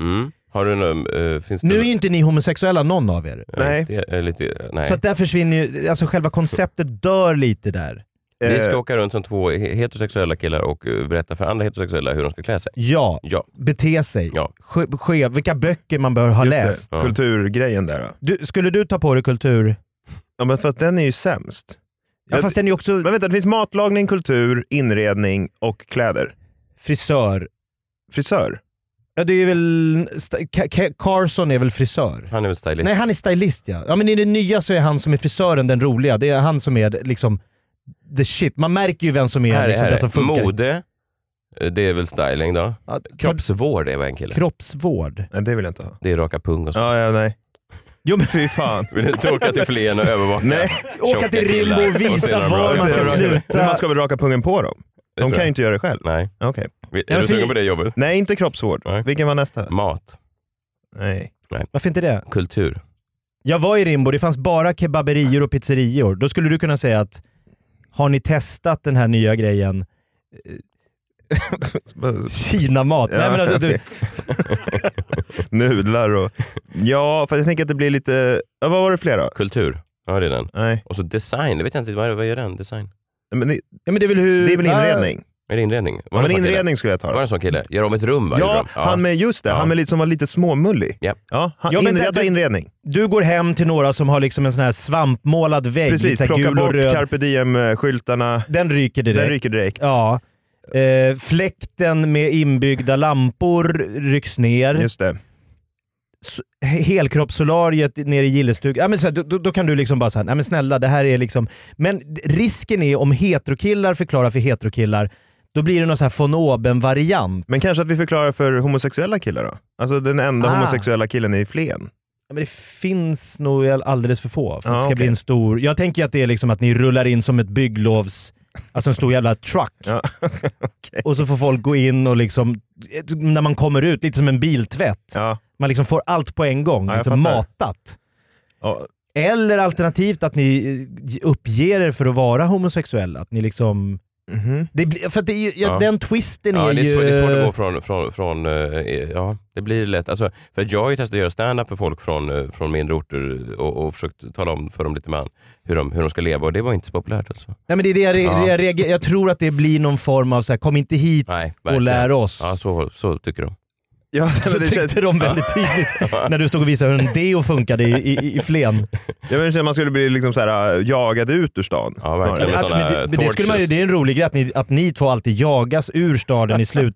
S1: Mm. Har du någon, eh, finns det
S2: Nu är ju inte ni homosexuella någon av er.
S1: Nej.
S6: Nej.
S1: Lite, eh, lite, nej.
S2: Så att där försvinner ju, alltså själva konceptet dör lite där.
S1: Vi
S6: Eh,
S1: ska åka runt som två he- heterosexuella killar och eh, berätta för andra heterosexuella hur de ska klä sig.
S2: Ja,
S1: Ja.
S2: bete sig.
S1: Ja.
S2: Ske, ske, vilka böcker man bör ha
S6: Eh, just
S2: läst.
S6: det, kulturgrejen där. då.
S2: Du, skulle du ta på dig kultur?
S6: Ja, men fast den är ju sämst.
S2: Ja,
S6: Jag-
S2: fast den är ju också
S6: Men vänta, det finns matlagning, kultur, inredning och kläder.
S2: frisör.
S6: Frisör?
S2: Ja, det är väl... sta- Ka- Ka- Carson är väl frisör?
S1: Han är väl stylist?
S2: Nej, han är stylist ja. ja. men i det nya så är han som är frisören den roliga. Det är han som är liksom the shit. Man märker ju vem som är
S1: här, är-
S2: liksom,
S1: här
S2: den
S1: är
S2: som funkar.
S1: Mode, eh, det är väl styling då.
S2: Ja, kropp-
S1: Kroppsvård är väl en kille?
S2: kroppsvård.
S6: Nej, det vill jag inte ha.
S1: Det är raka pung och så.
S6: Ja, ja, nej.
S2: Jo, men-
S6: Fy fan.
S1: Vill du inte åka till Flen och övervaka?
S6: Nej.
S2: Åka
S1: Tjocka
S2: till Rimbo
S1: killar
S2: och visa
S1: spelar bra.
S2: var man ska
S1: Och spelar bra.
S6: Men
S2: sluta.
S6: man ska väl raka pungen på dem?
S1: Det tror
S6: De kan
S1: jag.
S6: ju inte göra det själv.
S1: Nej.
S6: Okej.
S1: Vi-
S2: men
S1: Är du
S2: för-
S1: sugen på det jobbet?
S6: Nej, inte kroppsvård.
S1: Nej.
S6: Vilken var nästa?
S2: Mm.
S1: Mat,
S6: Nej.
S2: Varför inte det?
S1: kultur.
S2: Jag var i Rimbo, det fanns bara kebaberior och pizzerior. Då skulle du kunna säga att har ni testat den här nya grejen? Kinamat? Nej,
S6: Ja,
S2: men alltså, du,
S6: okej. Nudlar och... Ja, fast jag tänker att det blir lite... Ja, vad var det flera?
S1: Kultur, ja det är den.
S6: Nej.
S1: Och så design, det vet jag inte, vad, vad gör den? Design?
S6: Men det,
S2: ja, men det, är väl Ah. hur,
S6: det är väl inredning?
S1: Är det inredning? Var
S6: Ja,
S1: det
S6: men
S1: en sån kille?
S6: inredning skulle jag ta.
S1: Var det
S6: då.
S1: en sån kille? Gör om ett rum va? Gjorde
S6: Ja,
S1: de?
S6: han med, just det.
S1: Ja.
S6: Han med lite, som var lite småmullig.
S1: Ja.
S6: Ja, han,
S2: Ja, men
S6: inreda
S2: det-
S6: inredning.
S2: Du går hem till några som har liksom en sån här svampmålad vägg,
S6: Precis,
S2: lite så här
S6: plocka
S2: gul och
S6: bort
S2: röd.
S6: carpe diem-skyltarna.
S2: Den ryker direkt.
S6: Den ryker direkt.
S2: Ja. Eh, fläkten med inbyggda lampor rycks ner.
S6: Just det.
S2: s- helkroppssolariet nere i gillestugan. Ja, men så här, då, då- då kan du liksom bara säga, nej men snälla det här är liksom... Men d- risken är om heterokillar förklarar för heterokillar, då blir det någon så här von oben-variant.
S6: Men kanske att vi förklarar för homosexuella killar då? Alltså den enda
S2: Ah.
S6: homosexuella killen i Flen.
S2: Ja, men det finns nog alldeles för få för att
S6: Ja,
S2: det ska
S6: okej.
S2: bli en stor... Jag tänker att det är liksom att ni rullar in som ett bygglovs... Alltså en stor jävla truck.
S6: Ja.
S2: Och så får folk gå in och liksom, när man kommer ut, lite som en biltvätt.
S6: Ja.
S2: Man liksom får allt på en gång.
S6: Ja, jag
S2: liksom
S6: fattar.
S2: matat.
S6: Ja.
S2: Eller alternativt att ni eh, uppger er för att vara homosexuella. Att ni liksom...
S6: Mhm.
S2: Det blir, för att det är ju, ja,
S1: Ja.
S2: Den twisten
S1: Ja,
S2: är,
S1: det, är
S2: ju...
S1: svår, det är svårt att gå från... från, från eh, ja, det blir lätt. Alltså, för att jag har ju testat att göra stand-up för folk från, eh, från mindre orter och, och försökt tala om för dem lite man hur de, hur de ska leva och det var inte så populärt. Alltså.
S2: Nej, men det är det jag, re-
S1: Ja.
S2: jag, reagerar- jag tror att det blir någon form av så här, kom inte hit
S1: Nej,
S2: och
S1: verkligen.
S2: lär oss.
S1: Ja, så, så tycker de.
S6: Ja, men
S2: så
S6: det känns,
S2: tyckte de väldigt tidigt när du stod och visade hur en deo funkade i, i, i Flen.
S6: jag menar, det känns- man skulle bli liksom så här, äh, jagad ut ur stan.
S1: Ja,
S6: snarare.
S1: verkligen.
S2: Att,
S1: såna
S2: men det, men det, skulle man, ju-
S1: torches.
S2: det är en rolig grej att ni, att ni två alltid jagas ur staden i slut.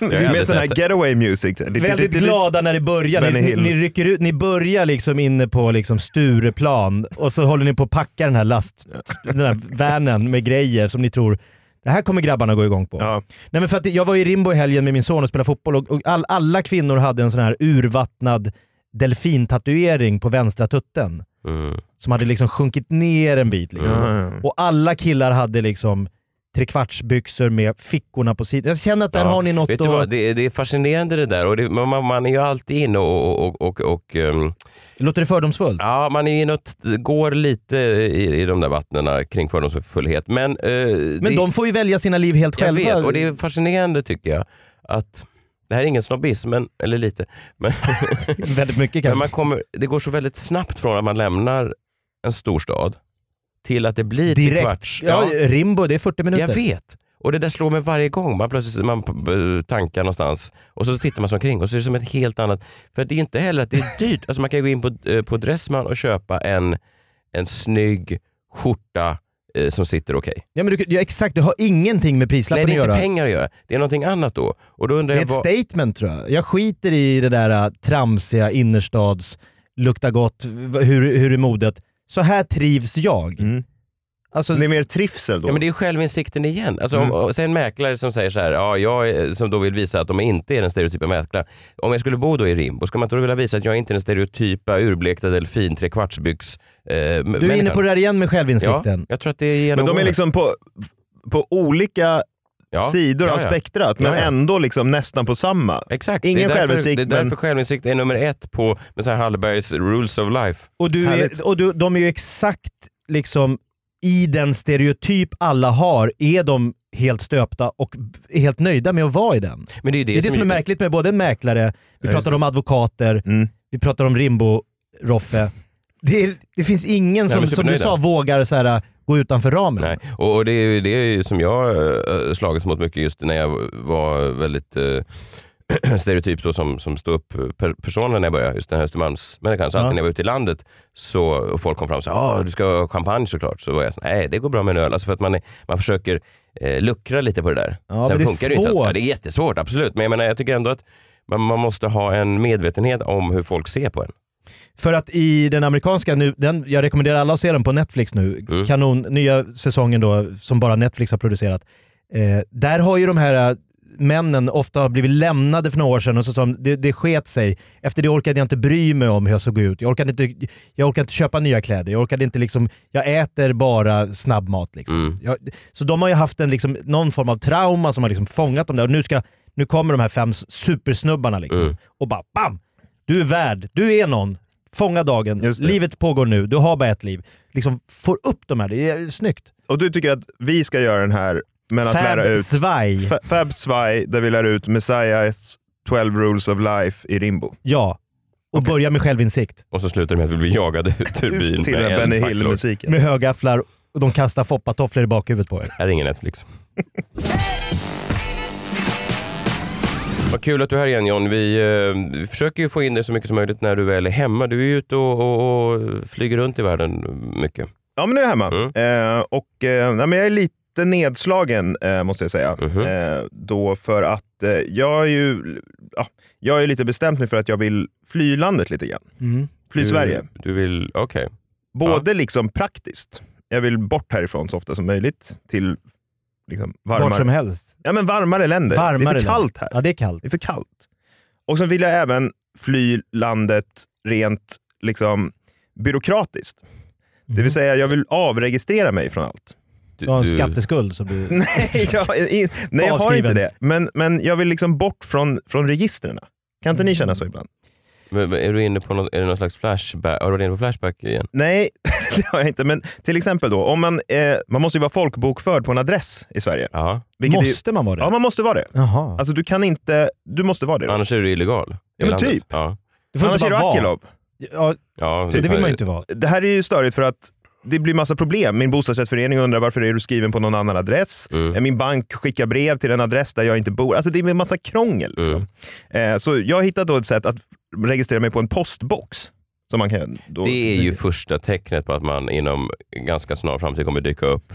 S1: Jag har aldrig
S6: Med sån här
S1: sett det.
S6: getaway music. så här.
S2: Väldigt glada när det börjar. Ni,
S6: Benny
S2: ni,
S6: Hill.
S2: ni, rycker ut, ni börjar liksom inne på liksom Stureplan och så håller ni på att packa den här last, den här vanen med grejer som ni tror det här kommer grabbarna gå igång på.
S1: Mm.
S6: Ja.
S2: Nej, men för att jag var i Rimbo i helgen med min son och spelade fotboll och, och all, alla kvinnor hade en sån här urvattnad delfintatuering på vänstra tutten.
S1: Mm.
S2: Som hade liksom sjunkit ner en bit. Liksom.
S6: Ja, ja.
S2: Och alla killar hade liksom trekvartsbyxor med fickorna på sidan. Jag känner att där
S1: Ja.
S2: har ni något
S1: Vet du
S2: att...
S1: vad? Det, är- det är fascinerande det där. Och det, man, man- man är ju alltid inne och, och, och, och, och ehm,
S2: Låter det fördomsfullt?
S1: Ja, man är ju inne och t- går lite i, i de där vattnena kring fördomsfullhet. Men, eh,
S2: Men de får ju välja sina liv helt
S1: jag
S2: själva.
S1: vet, och det är fascinerande tycker jag. att Det här är ingen snobbism, men, eller lite. Men,
S2: Väldigt mycket
S1: men
S2: kanske.
S1: man kommer, det går så väldigt snabbt från att man lämnar en storstad till att det blir till
S2: Direkt.
S1: kvarts.
S2: Ja, Rimbo, det är 40 minuter.
S1: jag vet. Och det där slår mig varje gång man plötsligt man p- b- tankar någonstans och så tittar man sig omkring och så är det som ett helt annat. För det är ju inte heller att det är dyrt. Alltså man kan gå in på, eh, på Dressman och köpa en, en snygg skjorta eh, som sitter okej.
S2: Ja, men du, ja, exakt, det har ingenting med
S1: Nej
S2: prislappen
S1: det är
S2: att
S1: inte
S2: göra.
S1: pengar att göra. Det är någonting annat då. Och då undrar
S2: Det är
S1: jag
S2: ett
S1: vad...
S2: statement tror jag. Jag skiter i det där äh, tramsiga innerstads, lukta gott, v- hur, hur är modet? Så här trivs jag.
S6: Mm.
S2: Alltså,
S6: Det är mer trivsel då.
S1: Ja, men det är ju självinsikten igen. Alltså, om,
S6: Mm.
S1: och sen mäklare som säger så här, ja, jag är, som då vill visa att de inte är den stereotypa mäklaren. Om jag skulle bo då i Rimbo, ska man inte då vilja visa att jag inte är den stereotypa urblekta delfin trekvartsbyx eh,
S2: du är inne på det där igen med självinsikten.
S1: Jag tror att det är genom
S6: Men de är
S1: åren.
S6: liksom på, på olika
S1: Ja,
S6: sidor
S1: ja,
S6: av
S1: ja.
S6: spektrat, men
S1: Ja, ja.
S6: ändå liksom nästan på samma.
S1: Exakt.
S6: Ingen
S1: det är därför,
S6: självinsikt,
S1: Det är därför
S6: men-
S1: självinsikt är nummer ett på med så här Hallbergs rules of life.
S2: Och, du
S6: Härligt.
S2: är, och du, de är ju exakt liksom i den stereotyp alla har, är de helt stöpta och b- helt nöjda med att vara i den.
S1: Men det är ju det,
S2: Det är det som är märkligt med både mäklare, vi
S6: Ja, just
S2: pratar om advokater,
S6: Mm.
S2: vi pratar om Rimbo-Roffe. Det, är- det finns ingen
S1: de är
S2: som, som du
S1: supernöjda.
S2: sa vågar så här, gå utanför ramen.
S1: Nej. Och, och det är ju det är ju som jag eh, slagits mot mycket just när jag var väldigt eh, stereotyp då som, som stod upp per, personen när jag började, just den här Östermalmsmänniskan. Så
S2: Ja.
S1: alltid när jag var ute i landet så, och folk kom fram och sa ah, du ska ha champagne såklart. Så var jag så nej det går bra med en öl. Alltså för att man, är, man försöker eh, luckra lite på det där.
S2: Ja,
S1: Sen
S2: men det är
S1: funkar det ju inte.
S2: svårt.
S1: alltid. Ja, det är jättesvårt, absolut. Men jag menar, jag tycker ändå att man, man måste ha en medvetenhet om hur folk ser på en.
S2: För att i den amerikanska, nu, den, jag rekommenderar alla att se den på Netflix nu,
S1: Mm.
S2: kanon, nya säsongen då som bara Netflix har producerat. Eh, där har ju de här eh, männen ofta blivit lämnade för några år sedan och så sa de, det, det sket sig. Efter det orkade jag inte bry mig om hur jag såg ut. Jag orkade inte, jag orkade inte köpa nya kläder. Jag orkade inte liksom, jag äter bara snabbmat. Liksom.
S1: Mm.
S2: Jag, så de har ju haft en, liksom, någon form av trauma som har liksom fångat dem där. Och nu, ska, nu kommer de här fem supersnubbarna liksom.
S1: Mm.
S2: och bara bam! Du är värd, du är någon. Fånga dagen,
S6: Just det.
S2: livet pågår nu, du har bara ett liv. Liksom, får upp de här, det är snyggt.
S6: Och du tycker att vi ska göra den här, men att lära
S2: Fab
S6: ut
S2: svaj.
S6: Fa- Fab Svaj, där vi lär ut Messiahs 12 rules of life i Rimbo.
S2: Ja. Och börja med självinsikt.
S1: Och så slutar det med att vi blir jagade ut ur byn
S6: Till
S1: med en
S6: Benny
S1: fackelor.
S6: Hill-musiken.
S2: Med högafflar och de kastar foppatofflor i bakhuvudet på er.
S1: Här är ingen Netflix. Vad kul att du är här igen John. Vi, eh, vi försöker ju få in dig så mycket som möjligt när du väl är hemma. Du är ju ute och, och, och flyger runt i världen mycket.
S6: Ja, men nu är jag hemma. Eh, och, eh, nej, men jag är lite nedslagen, eh, måste jag säga.
S1: Mhm.
S6: Eh, då för att eh, jag är ju ja, jag är lite bestämt mig för att jag vill fly landet lite grann. Fly
S1: du,
S6: Sverige.
S1: Du vill, okej.
S6: Både liksom praktiskt, jag vill bort härifrån så ofta som möjligt till liksom,
S2: Vart som
S6: varmare,
S2: helst.
S6: ja, men varmare länder. det är
S2: Varmare
S6: för kallt här.
S2: Ja, det är kallt.
S6: Det är för kallt. Och så vill jag även fly landet rent liksom, byråkratiskt.
S2: Mm.
S6: Det vill säga, jag vill avregistrera mig från allt.
S1: Du,
S2: Du har en
S1: du-
S2: skatteskuld som du...
S6: Nej, jag, i- nej, jag har
S2: Avskriven.
S6: inte det. Men, men jag vill liksom bort från, från registren. Kan inte ni
S2: Mm.
S6: känna så ibland?
S1: men- men är du inne på någon, är det någon slags flashback? Har du varit inne på flashback igen?
S6: Nej, det har jag inte. Men till exempel då, om man, eh, man måste ju vara folkbokförd på en adress i Sverige.
S1: Ja.
S6: Vilket är ju-
S2: Måste man vara det?
S6: Ja, man måste vara det.
S2: Jaha.
S6: Alltså du kan inte, du måste vara det. Då.
S1: Annars är du illegal. i
S6: Ja, men
S1: landet.
S6: typ.
S1: Ja.
S2: Du får
S6: Annars
S2: inte
S6: är du
S2: bara vara.
S6: Akilov.
S2: Ja,
S1: Ja,
S2: det vill man ju inte vara.
S6: Det här är ju störigt för att det blir massa problem. Min bostadsrättsförening undrar varför är du skriven på någon annan adress.
S1: Mm.
S6: Min bank skickar brev till en adress där jag inte bor. Alltså det är en massa krångel.
S2: Mm.
S6: Liksom. Eh, så jag har hittat då ett sätt att registrera mig på en postbox. Som man kan då...
S1: Det är ju första tecknet på att man inom ganska snar framtid kommer dyka upp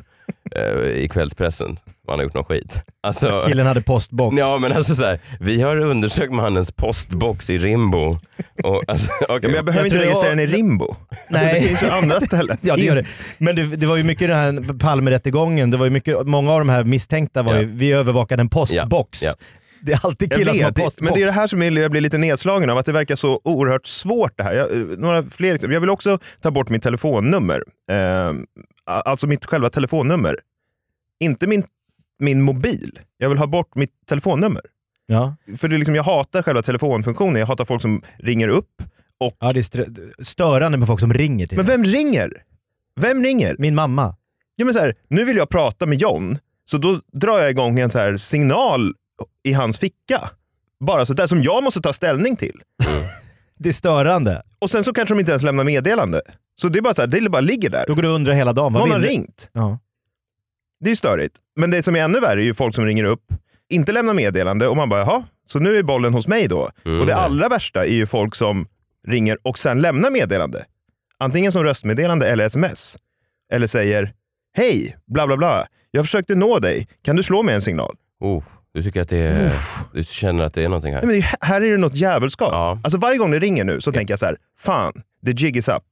S1: eh, i kvällspressen. Man har gjort någon skit. Alltså,
S2: Killen hade postbox.
S1: Ja men alltså så här, vi har undersökt mannens postbox i Rimbo. Och, alltså, okej.
S6: Ja, men jag behöver
S2: Jag
S6: inte
S2: tror jag-
S6: registrera den i Rimbo. Alltså, det
S2: Nej.
S6: finns ju andra ställen.
S2: Ja det gör det. Men det, det var ju mycket den här Palmerättegången, det var ju mycket, många av de här misstänkta var
S1: Ja.
S2: ju, vi övervakade en postbox.
S1: Ja, ja.
S2: Det är alltid
S6: Jag
S2: killar som har
S6: vet, det-
S2: postbox.
S6: men det är det här som är- jag blir lite nedslagen av, att det verkar så oerhört svårt det här. Jag, eh, några fler exempel. Jag vill också ta bort mitt telefonnummer. Eh, a- alltså mitt själva telefonnummer. Inte min, min mobil. Jag vill ha bort mitt telefonnummer.
S2: Ja.
S6: För det är liksom, jag hatar själva telefonfunktionen. Jag hatar folk som ringer upp.
S2: Ja, det är stö- störande med folk som ringer till
S6: Men
S2: dig.
S6: vem ringer? Vem ringer?
S2: Min mamma.
S6: Ja, men så här, nu vill jag prata med John, så då drar jag igång en så här signal i hans ficka. Bara så där som jag måste ta ställning till.
S2: Det är störande.
S6: Och sen så kanske de inte ens lämnar meddelande. Så det är bara så här, det bara ligger där.
S2: Då går du och undrar hela dagen. Vad
S6: Någon har
S2: vill du?
S6: ringt.
S2: Ja.
S6: Det är ju störigt. Men det som är ännu värre är ju folk som ringer upp, inte lämnar meddelande och man bara jaha, så nu är bollen hos mig då.
S1: Mm.
S6: Och det allra värsta är ju folk som ringer och sen lämnar meddelande. Antingen som röstmeddelande eller sms. Eller säger hej, bla bla bla. Jag försökte nå dig, kan du slå mig en signal?
S1: oh, du tycker att det är, du känner att det är någonting här.
S6: Nej, men liksom, det, här är det något djävulskap.
S1: Ja.
S6: Alltså varje gång det ringer nu så tänker jag så här, fan, the jig is up.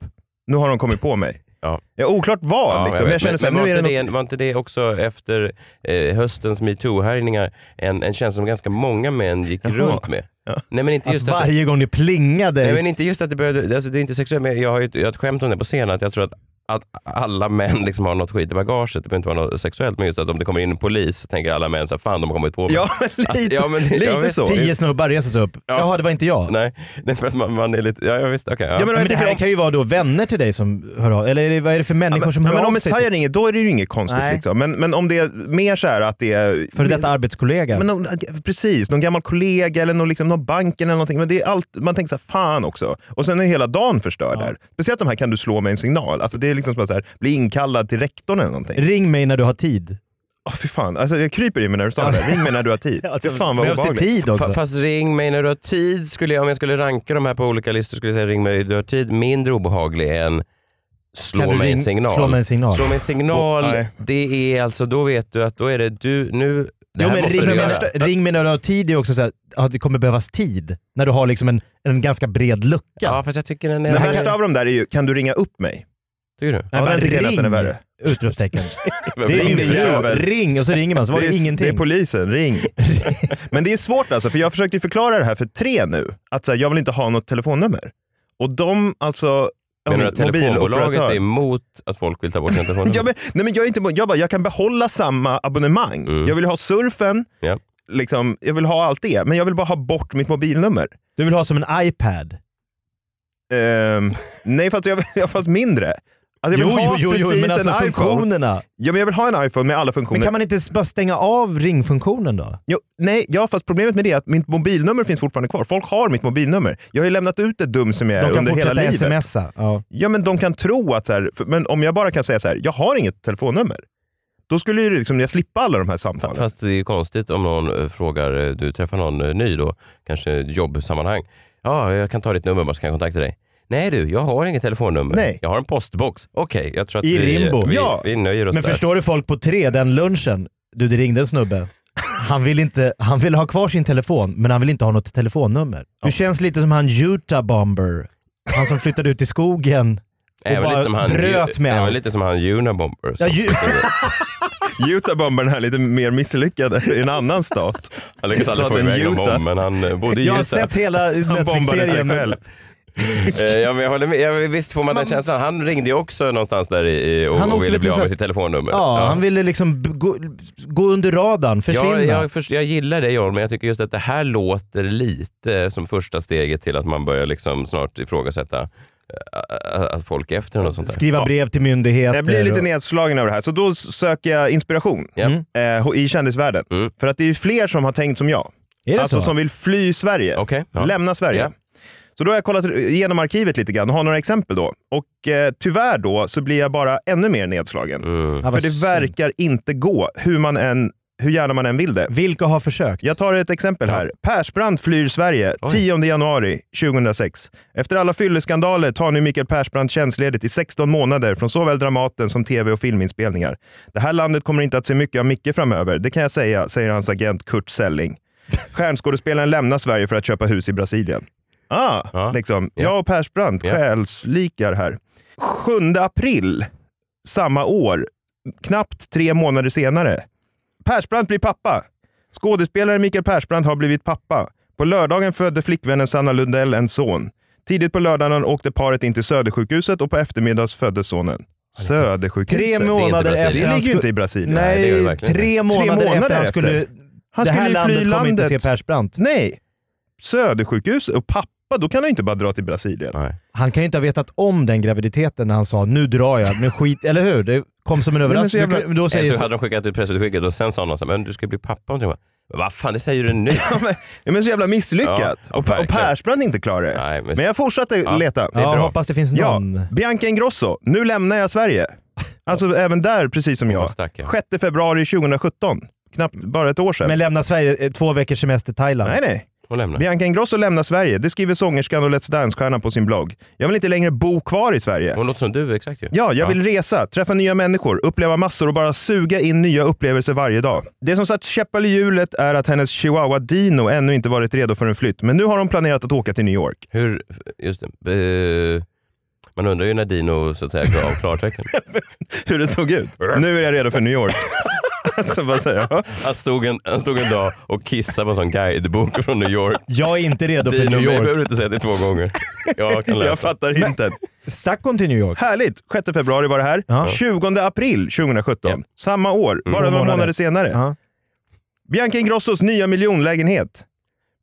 S6: Nu har de kommit på mig.
S1: Ja.
S6: Ja, oklart vad,
S1: Ja,
S6: liksom. men jag
S1: vet.
S6: känner
S1: Men-
S6: så här,
S1: men
S6: nu är
S1: var,
S6: det
S1: inte
S6: något...
S1: det en, var inte det också efter eh, höstens metoo-härjningar en, en känsla som ganska många män gick runt med? Nej, men inte
S2: Att
S1: just att-
S2: varje gång det plingade.
S1: Nej, men inte just att det började, alltså det är inte sexuellt, men jag har ju jag har ett skämt om det på scenen, att jag tror att, att alla män liksom har något skit i bagaget. Det behöver inte vara något sexuellt, men just att om det kommer in en polis så tänker alla män så här, fan de har kommit på mig.
S6: Ja, men lite,
S1: ja, men- ja,
S6: lite
S1: visst.
S6: så.
S2: Tio snubbar reser sig upp. Jaha, det var inte jag.
S1: Nej, nej, för att man, man är lite, ja, ja visst, okej. ja.
S6: Ja, men
S2: Men
S6: jag
S2: det
S6: tänker
S2: här
S6: om-
S2: kan ju vara då vänner till dig som hör av Eller är det, vad är det för
S6: Ja,
S2: människor
S6: men,
S2: som
S6: ja,
S2: hör
S6: men om
S2: av sig?
S6: Messiah
S2: till-
S6: ringer, då är det ju inget konstigt.
S2: Nej.
S6: Liksom. Men, men om det är mer så här att det är...
S2: För detta arbetskollega.
S6: men om, precis, någon gammal kollega eller någon, liksom, någon banken eller någonting. Men det är allt, man tänker så här, fan också. Och sen är hela dagen förstörd där. Speciellt de här, kan du slå mig en signal? Alltså, det är ju liksom som att så här, bli inkallad till rektorn eller någonting.
S2: Ring mig när du har tid.
S6: Åh fy fan, alltså, jag kryper i mig när du sa det. Ring mig när du har tid.
S2: Alltså,
S6: Fy fan vad
S2: Behövs det
S6: obehagligt.
S2: tid också?
S1: Fa- Fast ring mig när du har tid. Skulle jag, om jag skulle ranka de här på olika listor skulle jag säga ring mig när du har tid. Mindre obehaglig än
S2: Kan
S1: slå
S2: du
S1: mig en
S2: ring-
S1: signal.
S2: slå mig en signal.
S1: Slå mig en signal,
S6: Oh, nej.
S1: det är alltså, då vet du att då är det du, nu, det
S2: Jo,
S1: här
S2: men
S1: måste
S2: ring,
S1: du
S2: mig
S1: göra.
S2: när, ring mig när du har tid är också så här, att det kommer behövas tid. När du har liksom en, en ganska bred lucka.
S1: Ja fast jag tycker den är...
S6: Det värsta av dem där är ju, kan du ringa upp mig?
S1: Tycker du?
S6: Ja, den tycker jag nästan är värre.
S2: Utropstecken. Det är
S6: Ring
S2: ingen
S6: din jävel.
S2: jävel. Ring och så ringer man så var det,
S6: är,
S2: ingenting.
S6: det är polisen, ring. Men det är svårt alltså, för jag försökte ju förklara det här för tre nu. Att så här, jag vill inte ha något telefonnummer. Och de alltså... ja,
S1: Menar du att telefonbolaget
S6: mobiloperatör-
S1: är emot att folk vill ta bort sina
S6: Ja,
S1: telefonnummer?
S6: men, nej, men jag, är inte, emot- jag, bara, jag kan behålla samma abonnemang.
S1: Mm.
S6: Jag vill ha surfen,
S1: Ja.
S6: liksom, jag vill ha allt det, men jag vill bara ha bort mitt mobilnummer.
S2: Du vill ha som en iPad.
S6: Ehm, nej, fast jag, jag fast mindre. Alltså, jag vill ha precis
S2: men alltså
S6: en iPhone.
S2: funktionerna.
S6: Ja, men jag vill ha en iPhone med alla
S2: Men
S6: funktioner.
S2: kan man inte s- bara stänga av ringfunktionen då?
S6: Jo, nej, ja, fast problemet med det är att mitt mobilnummer finns fortfarande kvar. Folk har mitt mobilnummer. Jag har ju lämnat ut det dum som jag är
S2: De kan
S6: under hela
S2: fortsätta
S6: livet.
S2: smsa. Ja.
S6: Ja, men de kan tro att, så här, för, men om jag bara kan säga så här, jag har inget telefonnummer. Då skulle ju liksom jag slippa alla de här samtalen.
S1: Fast det är ju konstigt om någon eh, frågar, eh, du träffar någon eh, ny då, kanske i jobbsammanhang. Ja, jag kan ta ditt nummer bara så kan jag kontakta dig. Nej du, jag har inget telefonnummer.
S6: Nej.
S1: Jag har en postbox. Okej, jag tror att
S2: I
S1: vi,
S2: Rimbo.
S1: vi,
S6: Ja.
S1: vi nöjer oss
S2: Men
S1: där.
S2: förstår du folk på tre, den lunchen. Du, det ringde en snubbe. Han vill, inte, han vill ha kvar sin telefon, men han vill inte ha något telefonnummer. Du känns lite som han Utah Bomber. Han som flyttade ut i skogen.
S1: Även
S2: bara
S1: lite som han,
S2: bröt med
S1: även
S2: allt.
S1: lite som han Unabomber.
S2: Ja,
S1: som-
S2: ju-
S6: Utah-bombaren här lite mer misslyckad i en annan stat.
S1: han lyckades aldrig få
S6: Staten
S1: iväg någon
S6: Utah.
S1: bomb, men han eh, bodde i
S2: Jag har
S1: Utah.
S2: sett hela
S6: Han bombade sig
S2: Netflix-serien. men-
S6: själv.
S1: Eh, ja, men jag håller med. Ja, visst får man den känslan. Han ringde ju också någonstans där i, i, och,
S2: Han
S1: och
S2: åkte
S1: ville
S2: väl
S1: bli
S2: till
S1: av
S2: så
S1: med
S2: här-
S1: sitt telefonnummer.
S2: Ja, han ville liksom b- gå, gå under radarn, försvinna.
S1: Jag, jag, först, jag gillar det John, men jag tycker just att det här låter lite som första steget till att man börjar liksom snart ifrågasätta eh, att folk är efter en och sånt där.
S2: Skriva brev till myndigheter.
S6: Jag blir lite
S2: och-
S6: nedslagen av det här, så då söker jag inspiration
S1: Ja. Mm.
S6: eh, i kändisvärlden.
S1: Mm.
S6: För att det är fler som har tänkt som jag.
S2: Är det
S6: alltså
S2: så?
S6: som vill fly Sverige.
S1: Okej, ja.
S6: Lämna Sverige.
S1: Ja.
S6: Så då har jag kollat igenom arkivet lite grann och har några exempel då. Och eh, tyvärr då så blir jag bara ännu mer nedslagen.
S1: Mm.
S2: Ja,
S6: För
S2: vad
S6: det
S2: synd.
S6: verkar inte gå, hur, man än, hur gärna man än vill det.
S2: Vilka har försökt?
S6: Jag tar ett exempel här. Persbrandt flyr Sverige
S1: Oj.
S6: 10 januari 2006. Efter alla fylleskandaler tar nu Mikael Persbrandt tjänstledigt i 16 månader från såväl Dramaten som tv och filminspelningar. Det här landet kommer inte att se mycket av Micke framöver, det kan jag säga, säger hans agent Kurt Selling. Stjärnskådespelaren lämnar Sverige för att köpa hus i Brasilien. Ah,
S1: Ja.
S6: liksom.
S1: Ja.
S6: Jag och Persbrandt,
S1: Ja.
S6: själslikar här. 7 april samma år, knappt tre månader senare, Persbrandt blir pappa. Skådespelaren Mikael Persbrandt har blivit pappa. På lördagen födde flickvännen Sanna Lundell en son. Tidigt på lördagen åkte paret in till Södersjukhuset och på eftermiddags föddes sonen.
S2: Tre
S6: Södersjukhuset?
S2: månader
S1: Brasilien.
S2: efter
S6: Det
S2: han
S6: ligger ju
S2: skulle...
S6: inte i Brasilien.
S1: Nej, det gör det
S2: Nej,
S1: verkligen
S2: tre månader,
S6: månader
S2: efter han
S6: efter.
S2: skulle...
S6: Han
S2: det här
S6: skulle ju fly
S2: landet kommer inte se
S6: landet.
S2: Persbrandt.
S6: Nej. Södersjukhuset och pappa, då kan han ju inte bara dra till Brasilien.
S1: Nej.
S2: Han kan ju inte ha vetat om den graviditeten när han sa nu drar jag, men skit, eller hur? Det kom som en
S6: men så
S2: överraskning.
S6: jävla-
S2: Men Då
S1: Eller
S2: säger
S1: så hade de skickat ut pressutskicket och sen sa någon så här, men du ska bli pappa om tre månader. Men Vad fan, det säger du nu?
S6: Ja, men- ja, men så jävla misslyckat.
S1: Ja,
S6: och, och
S1: verkligen.
S6: Persbrandt inte klarar det.
S1: Nej, men-
S6: men... jag fortsatte
S1: Ja.
S6: leta.
S2: Ja, hoppas det finns
S6: Ja,
S2: någon.
S6: Bianca Ingrosso, nu lämnar jag Sverige. Alltså även där, precis som jag.
S1: vad stackare.
S6: 6 februari 2017, knappt bara ett år sedan.
S2: Men lämna Sverige, eh, två veckors semester Thailand.
S6: Nej, nej.
S1: Hon lämnar.
S6: Bianca Ingrosso lämnar Sverige. Det skriver sångerskan och Let's Dance-stjärnan på sin blogg. Jag vill inte längre bo kvar i Sverige.
S1: Hon låter som du exakt ju.
S6: Ja, jag vill resa, träffa nya människor, uppleva massor och bara suga in nya upplevelser varje dag. Det som satt käppar i hjulet är att hennes chihuahua Dino ännu inte varit redo för en flytt, men nu har hon planerat att åka till New York.
S1: Hur, just det. Eh, man undrar ju när Dino så att säga gav klartecken.
S6: Hur det såg ut. Nu är jag redo för New York. alltså, bara säga. ja.
S1: Han stod, en, han stod en dag och kissade på en sån guidebok från New York.
S2: Jag är inte redo för
S1: Dino,
S2: New
S1: mig
S2: York.
S1: behöver du inte säga det två gånger. Jag kan läsa.
S6: Jag fattar hinten.
S2: Stack hon till New York?
S6: Härligt! 6 februari var det här.
S2: Ja.
S6: 20 april 2017.
S1: Ja.
S6: Samma år, bara några månader,
S2: månader.
S6: senare.
S2: Ja.
S6: Bianca Ingrossos nya miljonlägenhet.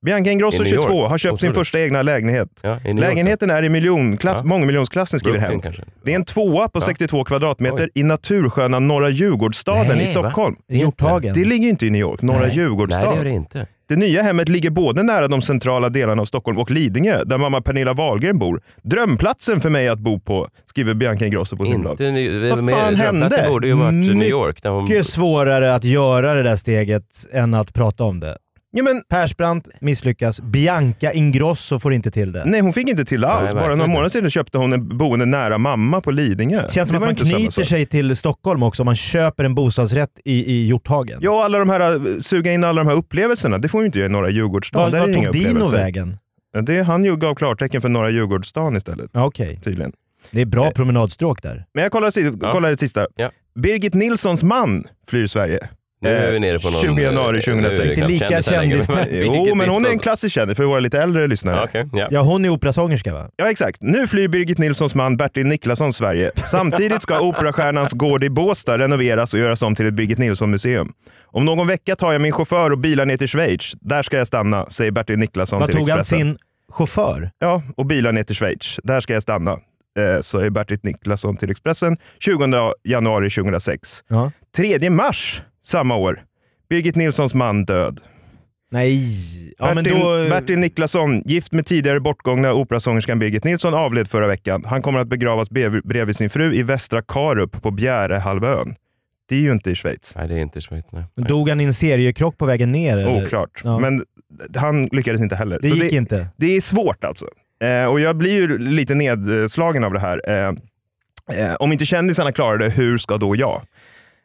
S6: Bianca
S1: I
S6: Ingrosso,
S1: New York.
S6: 22, har köpt sin
S1: Otroligt.
S6: första egna lägenhet.
S1: Ja, i New York.
S6: Lägenheten är i miljonklass,
S1: Ja.
S6: mångmiljonsklassen skriver
S1: Brooklyn
S6: hem.
S1: kanske.
S6: Det är en tvåa på 62 kvadratmeter i natursköna Norra Djurgårdsstaden
S1: Nej,
S6: i Stockholm.
S2: I Hjorthagen?
S6: Det ligger ju inte i New York, Norra
S1: Nej, det
S6: Djurgårdsstaden.
S1: gör det
S6: Det,
S1: inte.
S6: Det nya hemmet ligger både nära de centrala delarna av Stockholm och Lidingö, där mamma Pernilla Wahlgren bor. Drömplatsen för mig att bo på, skriver Bianca Ingrosso på sin blogg.
S1: Inte ny,
S6: Vad
S1: med-
S6: fan
S1: Drömplatten
S6: hände?
S1: borde ju varit New
S2: Mycket
S1: York. Där hon,
S2: Mycket svårare att göra det där steget än att prata om det.
S6: Ja, men,
S2: Persbrandt misslyckas, Bianca Ingrosso får inte till det.
S6: nej, hon fick inte till det alls. Bara
S1: verkligen
S6: några
S1: inte.
S6: månader sedan köpte hon en boende nära mamma på Lidingö.
S2: Känns som
S6: Det
S2: att
S6: var
S2: man
S6: inte samma
S2: knyter
S6: sak.
S2: sig till Stockholm också om man köper en bostadsrätt i, i Hjorthagen.
S6: Ja, alla de här, eh, suga in alla de här upplevelserna, det får hon ju inte göra i Norra Djurgårdsstaden.
S2: Var,
S6: Där är
S2: var
S6: det
S2: tog
S6: inga
S2: Dino
S6: upplevelser.
S2: vägen?
S6: Ja, Det, han ju gav klartecken för Norra Djurgårdsstaden istället,
S2: Ja, Okej,
S6: tydligen.
S2: det är bra promenadstråk där.
S6: Men jag kollar, si-
S1: Ja.
S6: kollar det sista.
S1: Ja.
S6: Birgit Nilssons man flyr Sverige.
S1: nu är vi nere på någon...
S6: 20 januari 2006.
S1: nu är det knappt
S2: Inte lika
S1: kändis här längre.
S2: kändis-
S6: Eh, Jo, men hon är en klassisk kändis för våra lite äldre lyssnare.
S1: Ja, okej, ja.
S2: Ja, hon är operasångerska va?
S6: Ja, exakt. Nu flyr Birgit Nilssons man Bertil Niklasson Sverige. Samtidigt ska operastjärnans gård i Båstad renoveras och göras om till ett Birgit Nilsson-museum. Om någon vecka tar jag min chaufför och bilar ner till Schweiz. Där ska jag stanna, säger Bertil Niklasson
S2: Vad
S6: till
S2: tog han
S6: Expressen.
S2: sin chaufför?
S6: Ja, och bilar ner till Schweiz. Där ska jag stanna, eh, säger Bertil Niklasson till Expressen 20 januari 2006.
S2: Ja.
S6: 3 mars samma år. Birgit Nilssons man död.
S2: Nej, ja, men
S6: Bertil,
S2: då...
S6: Bertil Niklasson, gift med tidigare bortgångna operasångerskan Birgit Nilsson, avled förra veckan. Han kommer att begravas brev- bredvid sin fru i Västra Karup på Bjärehalvön. Det är ju inte i Schweiz.
S1: Nej, det är inte Schweiz. Nej.
S2: Men Dog han i en seriekrock på vägen ner? Eller?
S6: Oklart.
S2: Ja.
S6: Men han lyckades inte heller.
S2: Det
S6: Så
S2: gick inte.
S6: det är svårt alltså. Eh, och jag blir ju lite nedslagen av det här. Eh, eh, om inte kändisarna klarar det, hur ska då jag?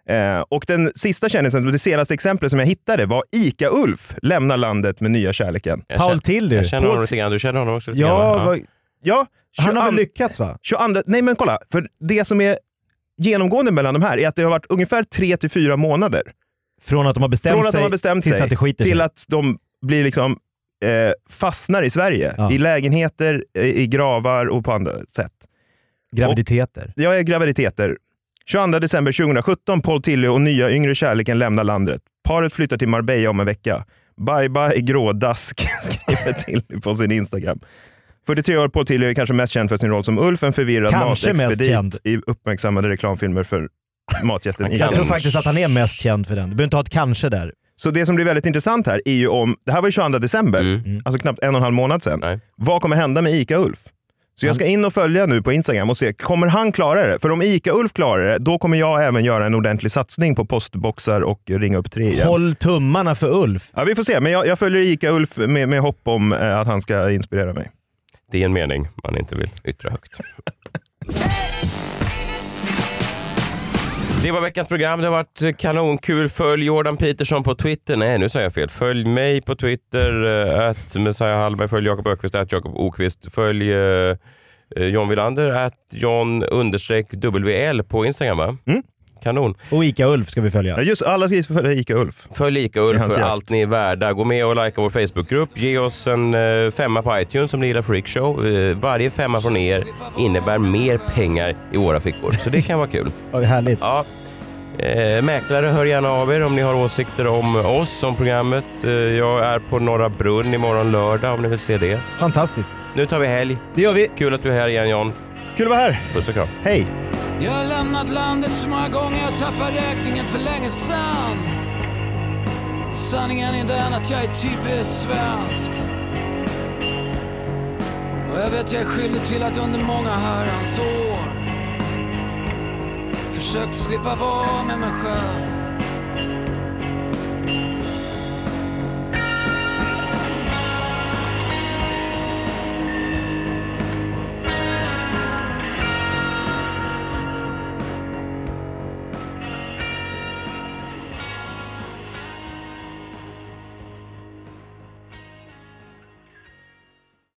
S6: Eh, och den sista kändisen, det senaste exemplet som jag hittade var Ica-Ulf lämnar landet med nya kärleken.
S1: Jag
S2: Paul
S1: känner-
S2: Tilly.
S1: Jag känner honom lite grann. Du känner honom också lite grann,
S2: Ja,
S1: va?
S2: vad-
S6: Ja,
S2: han har väl
S6: 22
S2: lyckats va?
S6: 22, nej men kolla, för det som är genomgående mellan de här är att det har varit ungefär 3 till 4 månader
S2: Från att de har bestämt
S6: från att
S2: sig
S6: de har bestämt
S2: tills
S6: sig
S2: att det skiter
S6: till
S2: sig.
S6: att de blir liksom, eh, fastnar i Sverige.
S2: Ja.
S6: I lägenheter, eh, i gravar och på andra sätt.
S2: Graviditeter.
S6: Jag är graviditeter. 22 december 2017, Paul Tilly och nya yngre kärleken lämnar landet. Paret flyttar till Marbella om en vecka. Bye bye grådask, skriver Tilly på sin Instagram. 43 år Paul Tilly är kanske mest känd för sin roll som Ulf, en förvirrad
S2: Kanske mest känd.
S6: matexpedit i uppmärksammade reklamfilmer för matjätten
S1: Han
S2: Jag tror
S1: kanske-
S6: Ian.
S2: faktiskt att han är mest känd för den. Du behöver inte ha ett kanske där.
S6: Så det som blir väldigt intressant här är ju om, det här var ju 22 december,
S1: Mm.
S6: alltså knappt en och en halv månad sedan.
S1: Nej.
S6: Vad kommer hända med ICA-Ulf? Så jag ska in och följa nu på Instagram och se, kommer han klara det? För om ICA-Ulf klarar det, då kommer jag även göra en ordentlig satsning på postboxar och ringa upp tre igen.
S2: Håll tummarna för Ulf.
S6: Ja, vi får se, men jag, jag följer ICA-Ulf med, med hopp om eh, att han ska inspirera mig.
S1: Det är en mening man inte vill yttra högt. Det var veckans program. Det har varit kanonkul. Följ Jordan Peterson på Twitter. Nej, nu säger jag fel. Följ mig på Twitter, eh, att Messiah Hallberg. Följ Jakob Ökvist, att Jakob Okvist. Följ eh, eh, John Wilander, att John understreck WL på Instagram, va?
S6: Mm.
S1: Kanon.
S2: Och Ica-Ulf ska vi följa.
S6: Ja, just alla ska följa ICA-Ulf.
S1: Följ ICA-Ulf
S6: I hans
S1: för
S6: jakt.
S1: allt ni är värda. Gå med och likea vår Facebookgrupp. Ge oss en eh, femma på iTunes om ni gillar Freak Show. Eh, varje femma från er innebär mer pengar i våra fickor, så det kan vara kul.
S2: Ja, härligt.
S1: Ja. Eh, mäklare, hör gärna av er om ni har åsikter om oss, om programmet. Eh, jag är på Norra Brunn imorgon lördag om ni vill se det.
S2: Fantastiskt.
S1: Nu tar vi helg.
S2: Det gör vi.
S1: Kul att du är här igen John.
S6: Kul att vara här!
S1: Puss och kram.
S6: Hej!
S7: Jag har lämnat landet så många gånger jag tappar räkningen för länge sen Sanningen är den att jag är typiskt svensk Och jag vet jag är skyldig till att under många herrans år Försökt slippa vara med mig själv